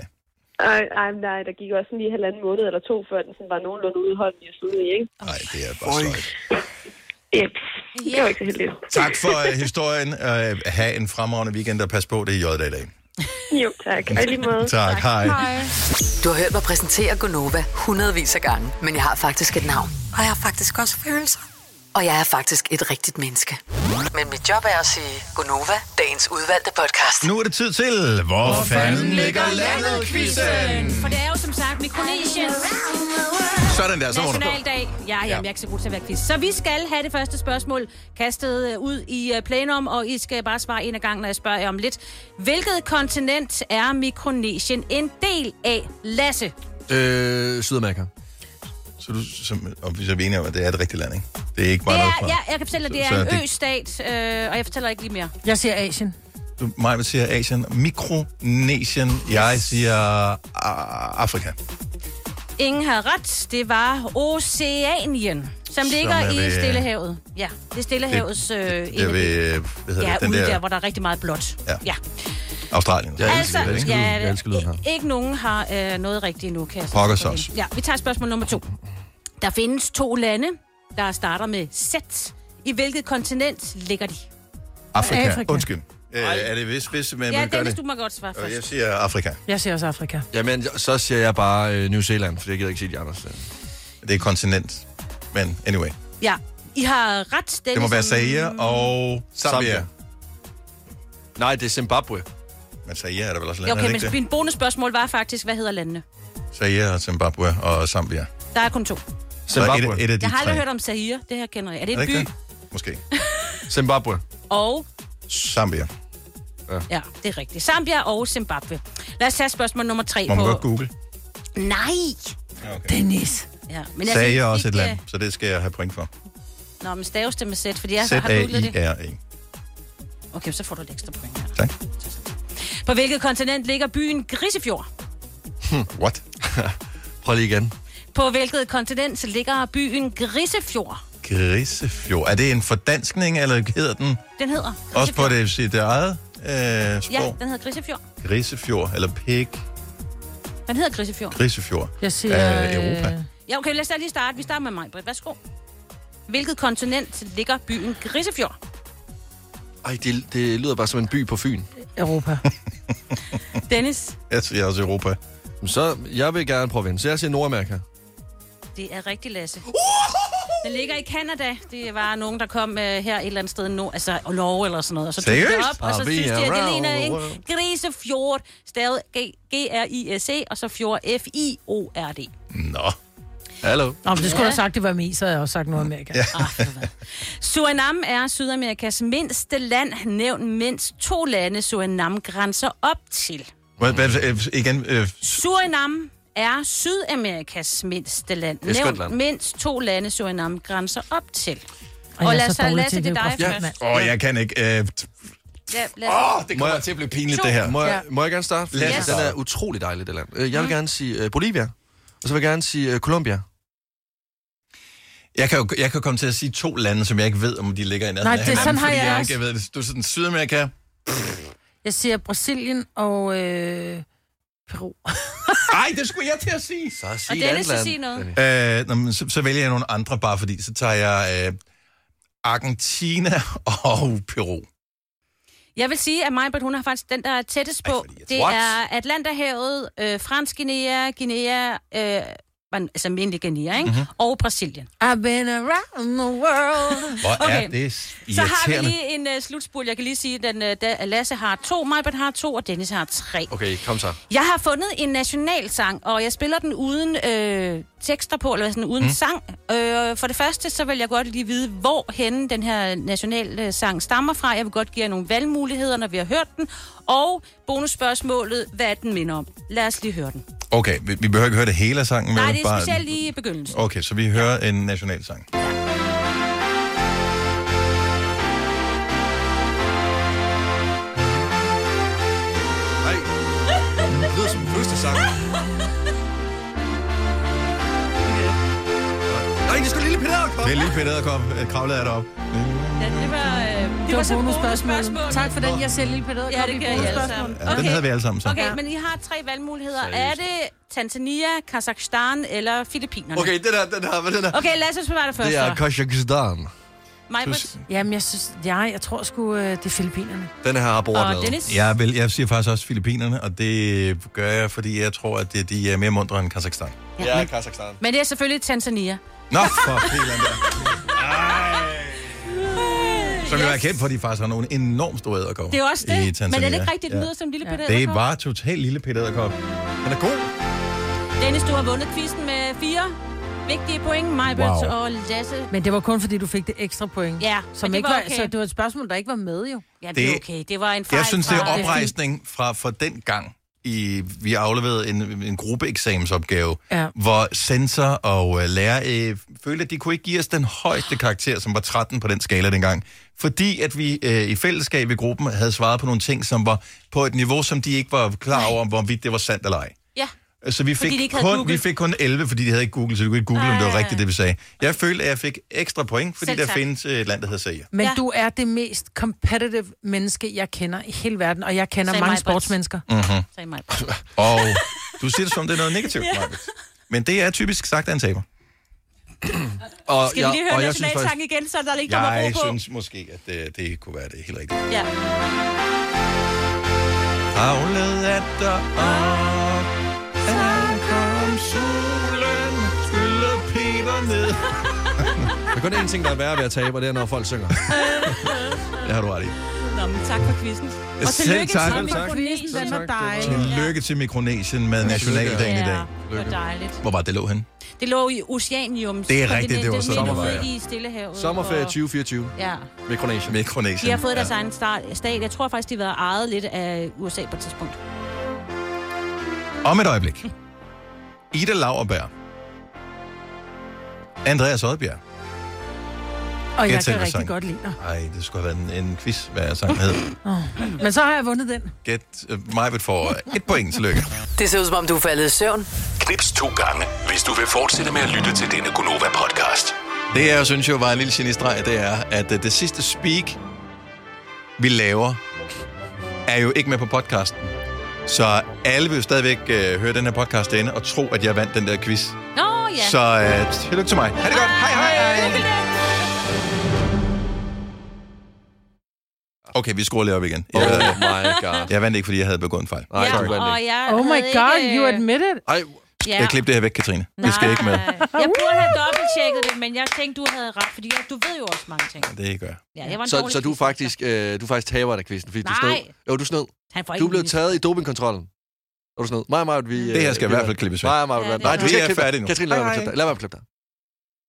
A: Nej.
N: nej, nej, der gik også lige halvanden måned eller to, før den sådan var nogenlunde udholdende og sluttede, i, ikke?
A: Nej, det er bare sløjt.
N: Yep. Det var ikke så heldigt.
A: Tak for uh, historien. Uh, ha' en fremragende weekend, og pas på, det er J.D. i dag.
N: Jo, tak. Og i lige måde.
A: [laughs] Tak, hej.
E: Du har hørt mig præsentere Gonova hundredvis af gange, men jeg har faktisk et navn. Og jeg har faktisk også følelser. Og jeg er faktisk et rigtigt menneske. Men mit job er at sige Gonova, dagens udvalgte podcast.
A: Nu er det tid til... Hvor, Hvor fanden ligger landet, quizzen?
B: For det er jo som sagt Mikronesien.
A: Sådan der, så må du gå.
B: Nationaldag. Ja, ja, jeg er ikke så god til at være quiz. Så vi skal have det første spørgsmål kastet øh, ud i øh, plenum, og I skal bare svare en af gangen, når jeg spørger jer om lidt. Hvilket kontinent er Mikronesien en del af, Lasse?
A: Øh, Sydamerika. Så du, som, og vi så er vi enige om, at det er et rigtigt land, ikke? Det er ikke bare
B: Det
A: noget
B: er,
A: fra...
B: ja, jeg kan fortælle dig, det
A: Så-
B: er
A: så
B: en
A: det-
B: ø-stat, øh, og jeg fortæller ikke lige mere.
D: Jeg siger Asien.
A: Du, mig vil sige Asien, Mikronesien, jeg siger ah, Afrika.
B: Ingen har ret. Det var Oceanien, som,
A: Som
B: ligger
A: er
B: i
A: ved- øh,
B: Stillehavet. Ja, det er Stillehavets... Øh,
A: Det er ved, øh, hvad hedder
B: ja,
A: det, den
B: ude
A: der,
B: der, hvor der er rigtig meget blåt.
A: Ja.
B: ja.
A: Australien.
B: Jeg elsker- Altså, jeg elsker lyden. ja, Jeg
A: elsker lyden her.
B: Ikke nogen har øh, noget rigtigt endnu, kan jeg så
A: Pokkers
B: fortælle.
A: også.
B: Ja, vi tager spørgsmål nummer to. Der findes to lande, der starter med Z. I hvilket kontinent ligger de?
A: Afrika.
B: Afrika.
A: Afrika. Undskyld. Øh, er det hvis, hvis man,
B: ja,
A: man gør
B: Dennis,
A: det?
B: du må godt svare
A: Og jeg
B: først.
A: siger Afrika.
D: Jeg siger også Afrika.
C: Jamen, så siger jeg bare øh, New Zealand, for jeg gider ikke sige de andre steder.
A: Det er et kontinent. Men anyway.
B: Ja, I har ret, Dennis.
A: Det må være Zaire og Zambia.
C: Zambia. Nej, det er Zimbabwe.
A: Men Zaire er der vel også
B: Ja,
A: landet,
B: okay,
A: ikke
B: men
A: det?
B: min bonusspørgsmål var faktisk, hvad hedder landene?
A: Zaire, Zimbabwe og Zambia.
B: Der er kun to.
A: Så et, et af de
B: Jeg har
A: tre.
B: aldrig hørt om Zaire, det her kender jeg. Er det
A: Er
B: en
A: det ikke
B: by?
A: det? Måske. Zimbabwe.
B: Og,
A: Zambia. Ja.
B: ja, det er rigtigt. Zambia og Zimbabwe. Lad os tage spørgsmål nummer tre
A: Må man godt
B: på...
A: google?
B: Nej!
A: Okay.
D: Dennis!
B: Ja, jeg
A: Sagde
B: synes
A: jeg også et
B: ikke- øh,
A: land, så det skal jeg have point for.
B: Nå, men staves det med Z, fordi jeg har
A: E.
B: googlet det.
A: Z-A-I-R-E.
B: Okay, så får du et ekstra point her. Tak. På hvilket kontinent ligger byen Grisefjord?
A: Hm, What? [laughs]
C: Prøv lige igen.
B: På hvilket kontinent ligger byen Grisefjord?
A: Grisefjord. Er det en fordanskning, eller hedder den
B: Den hedder
A: også på det, sit eget øh, sprog?
B: Ja, den hedder Grisefjord.
A: Grisefjord, eller pig,
B: Den hedder Grisefjord.
A: grisefjord.
D: Jeg siger,
A: Øh, Europa.
B: Ja, okay, lad os da lige starte. Vi starter med mig, Britt. Værsgo. Hvilket kontinent ligger byen Grisefjord?
C: [laughs] Ej, det, det lyder bare som en by på Fyn.
A: [laughs]
D: Europa.
B: Dennis,
A: Jeg siger også Europa.
C: Så jeg vil gerne provins. Jeg siger Nordamerika.
B: det er rigtig Lasse. Den ligger i Kanada. Det var nogen, der kom øh, her et eller andet sted nu, altså og Norge eller sådan noget. Og så tog de det
C: Seriøst?
B: op, og så
C: Ah,
B: synes
C: vi
B: de,
C: er
B: at det
C: round
B: ligner
C: the
B: en
C: world.
B: Grisefjord, stavet G- G-R-I-S-E, og så fjord F-I-O-R-D.
A: Nå.
C: Hallo.
D: Nå, men det skulle
B: Ja.
D: ja. have sagt, det var med, så havde jeg også sagt Nordamerika. Ja.
B: Surinam er Sydamerikas mindste land. Nævn mindst to lande, Surinam grænser op til.
A: Hvad, hvad, øh, igen, øh,
B: Surinam er Sydamerikas mindste land.
A: Det er et skønt land.
B: Nævn mindst to lande, Surinam grænser op til.
A: Ej,
B: Og
A: jeg er
B: lad
A: så
B: os så
A: dårlig
B: lade
A: til
B: det dig
A: geografi,
B: først.
A: mand. Åh, jeg kan ikke. Øh,
B: Ja, lad
A: Åh,
B: os...
A: det kommer til at blive pinligt, det her.
C: Må jeg,
A: Ja.
C: må jeg gerne starte?
A: Lad
C: Fordi
A: os
C: Den er
A: starte.
C: utrolig dejlig, det land. Øh, Jeg vil gerne sige øh, Bolivia. Og så vil jeg gerne sige øh, Colombia.
A: Jeg kan, jo, jeg kan komme til at sige to lande, som jeg ikke ved, om de ligger i nærheden
D: Nej,
A: af
D: det-
A: hinanden,
D: sådan har
A: fordi
D: jeg
A: jeg
D: også.
A: ikke ved det. Du er sådan Sydamerika.
D: Jeg siger Brasilien og øh,
A: [laughs]
D: Peru.
A: Nej, det skulle jeg til at sige.
C: Så
D: sig Og et Dennis andet vil land, sige noget.
A: Øh, nå, men så, så vælger jeg nogle andre bare, fordi så tager jeg øh, Argentina [laughs] og Peru.
B: Jeg vil sige, at Majbert, hun har faktisk den, der er tættest på. det
A: What?
B: er Atlanterhavet, øh, Fransk Guinea, Guinea, øh, man- altså mindre Guinea, ikke?
A: Mhm.
B: Mm-hmm. og Brasilien.
D: I've been around the world.
A: Hvor er det s-
B: Så har vi
A: irriterende.
B: lige en uh, slutspul. Jeg kan lige sige, at uh, Lasse har to, Majbert har to, og Dennis har tre.
C: Okay, kom så.
B: Jeg har fundet en nationalsang, og jeg spiller den uden øh, tekster på, eller sådan uden
C: Mm.
B: mm. sang. Øh, for det første, så vil jeg godt lige vide, hvor henne den her nationalsang stammer fra. Jeg vil godt give jer nogle valgmuligheder, når vi har hørt den. Og bonusspørgsmålet, hvad den minder om. Lad os lige høre den.
A: Okay, vi, vi behøver ikke høre det hele af sangen.
B: Nej,
A: vel?
B: det er specielt lige i begyndelsen.
A: Okay, så vi hører en nationalsang.
C: Nej. Det lyder som en fødselsdag. Nej, det skulle lille Peter
A: Det er lille Peter, der øh, kravlede af dig op.
B: Ja, det var, øh,
D: Det var bonusspørgsmål. Tak for den. Jeg ser lille Peter.
B: Ja, det kan I alle sammen.
A: Ja, den havde vi alle sammen så.
B: Okay,
A: Ja.
B: men I har tre valgmuligheder. Er
A: Seriøst.
B: det Tanzania, Kazakhstan eller Filippinerne?
C: Okay, den her, den her, hvad er den her?
B: Okay, lad os svare det først.
C: Det er Kazakhstan.
B: Majbert?
D: Jamen, jeg synes, ja, jeg tror sgu, øh, det er Filippinerne.
C: Den her har bordet
D: Og Dennis?
A: Jeg, vil, jeg siger faktisk også Filippinerne, og det gør jeg, fordi jeg tror, at det- de er mere mundre end Kazakhstan.
C: Ja, Kazakhstan.
B: Men det er selvfølgelig Tanzania.
A: Nå, for filan der. Som jo er kendt for, at de faktisk har nogle enormt store æderkopper
B: Det er jo også
A: i
B: det. Men
A: Tanzania.
B: er det ikke rigtigt, den
A: Ja.
B: lyder som en lille Peter
A: Det
B: Edderkop?
A: var totalt lille Peter Edderkop. Han er god.
B: Dennis, du har vundet quizzen med fire vigtige point. Majbert
D: Wow.
B: og Lasse.
D: Men det var kun, fordi du fik det ekstra point.
B: Ja,
D: Som
B: men det
D: ikke
B: var
D: var,
B: okay.
D: Så det var et spørgsmål, der ikke var med, jo.
B: Ja,
A: det er Det- okay.
B: Det var en
A: Jeg synes, det er oprejsning fra, fra den gang, i, vi afleverede en, en gruppeeksamensopgave,
D: Ja.
A: hvor censor og øh, lærer øh, følte, at de kunne ikke give os den højeste karakter, som var 13 på den skala dengang. Fordi at vi øh, i fællesskab i gruppen havde svaret på nogle ting, som var på et niveau, som de ikke var klar over, hvorvidt det var sandt eller ej.
B: Ja.
A: Så vi
B: Fordi de
A: fik,
B: ikke havde
A: kun,
B: Google.
A: vi fik kun 11, fordi de havde ikke Google, så du kunne ikke google, om det var
D: Ej.
A: rigtigt, det vi sagde. Jeg følte, at jeg fik ekstra point, fordi
D: Selv
A: der
D: tak.
A: findes øh, et land, der hedder Sager.
D: Men ja. du er det mest competitive menneske, jeg kender i hele verden, og jeg kender
B: Sagde
D: mange
B: mig, Britt.
D: sportsmennesker.
A: Mm-hmm.
B: Sagde mig.
A: [laughs] Og du siger det som, om det er noget negativt, ja. Men det er typisk sagt af en taber.
C: og,
B: Skal vi lige høre nationalsang igen, så der ikke kommer ro
A: Jeg
B: på?
A: synes måske, at det, det kunne være det helt rigtigt.
B: Ja.
A: Havlede at der op. Der kom solen, skyllede Peter
B: [laughs]
A: ned.
C: Der er kun én ting, der er værre ved at tabe, og det er, når folk synger.
A: det har du ret i.
B: [laughs] Nå, men tak for quizzen. Og
A: Selv
B: tillykke
A: tak.
B: til
A: Selv tak.
B: mikrofonisen. Den var dejlig.
A: Tillykke til Mikronesien med nationaldagen i dag.
B: Ja, det var dejligt.
A: Hvor var det lå hen?
B: Det lå i Oceanium.
A: Det er rigtigt, det var sådan, det var,
B: Det
A: ja.
B: ligger i Stillehavet.
C: Sommerferie
B: og-
C: 2024.
B: Ja.
C: Mikronesien.
A: Mikronesien.
B: De har fået deres egen start, stat. Jeg tror faktisk, de har været ejet lidt af USA på et tidspunkt.
A: Om et øjeblik. Ida Lauerberg. Andreas Oddbjerg.
D: Og jeg,
A: Jeg
D: jeg
A: tænker
D: kan rigtig
A: sådan.
D: godt lide dig.
A: Ej, det skulle have været en, en quiz, hvad jeg sang hed.
D: Oh. Men så har jeg vundet den.
A: Get uh, Majbet for et point. Tillykke.
E: Det ser ud som om, du er faldet i søvn.
O: Knips to gange, hvis du vil fortsætte med at lytte til denne Gunova-podcast.
A: Det, jeg synes jo var en lille genistreg, det er, at øh, det sidste speak, vi laver, er jo ikke med på podcasten. Så alle vil jo stadigvæk øh, høre den her podcast inde og tro, at jeg vandt den der quiz.
B: Nå ja.
A: Så øh, tillykke til mig. Ha' det godt. Hej, hej. Okay, vi skruer lige op igen. Jeg, oh my god. Jeg vandt ikke, fordi jeg havde begået en fejl. Nej,
B: Ja, og jeg
D: Oh my
B: havde
D: god,
B: ikke,
D: you
B: øh,
D: admit it.
A: Ej,
B: Ja.
A: jeg klipper det her væk, Katrine. Det skal ikke med.
B: Jeg burde have dobbelttjekket det, men jeg tænkte, du havde ret, fordi jeg, du ved jo også mange ting.
A: Det gør jeg.
B: Ja, jeg var en
C: så,
B: dårlig
C: så du er faktisk, øh, du er faktisk taber af quizzen, fordi du
B: Nej.
C: snød. Jo, du snød.
B: Han får
C: Du
B: ikke
C: blev
B: lige-
C: taget i dopingkontrollen. Og du snød. Mig og Maja, vi...
A: Det her skal i hvert fald klippes væk.
C: Mig og Maja,
A: Ja,
C: vi...
A: det
C: Nej,
A: er
C: du skal ikke
A: godt. Vi er
C: klippe dig.
A: færdige nu.
C: Katrine, lad
A: Hej,
C: mig klippe dig. Lad mig klippe dig.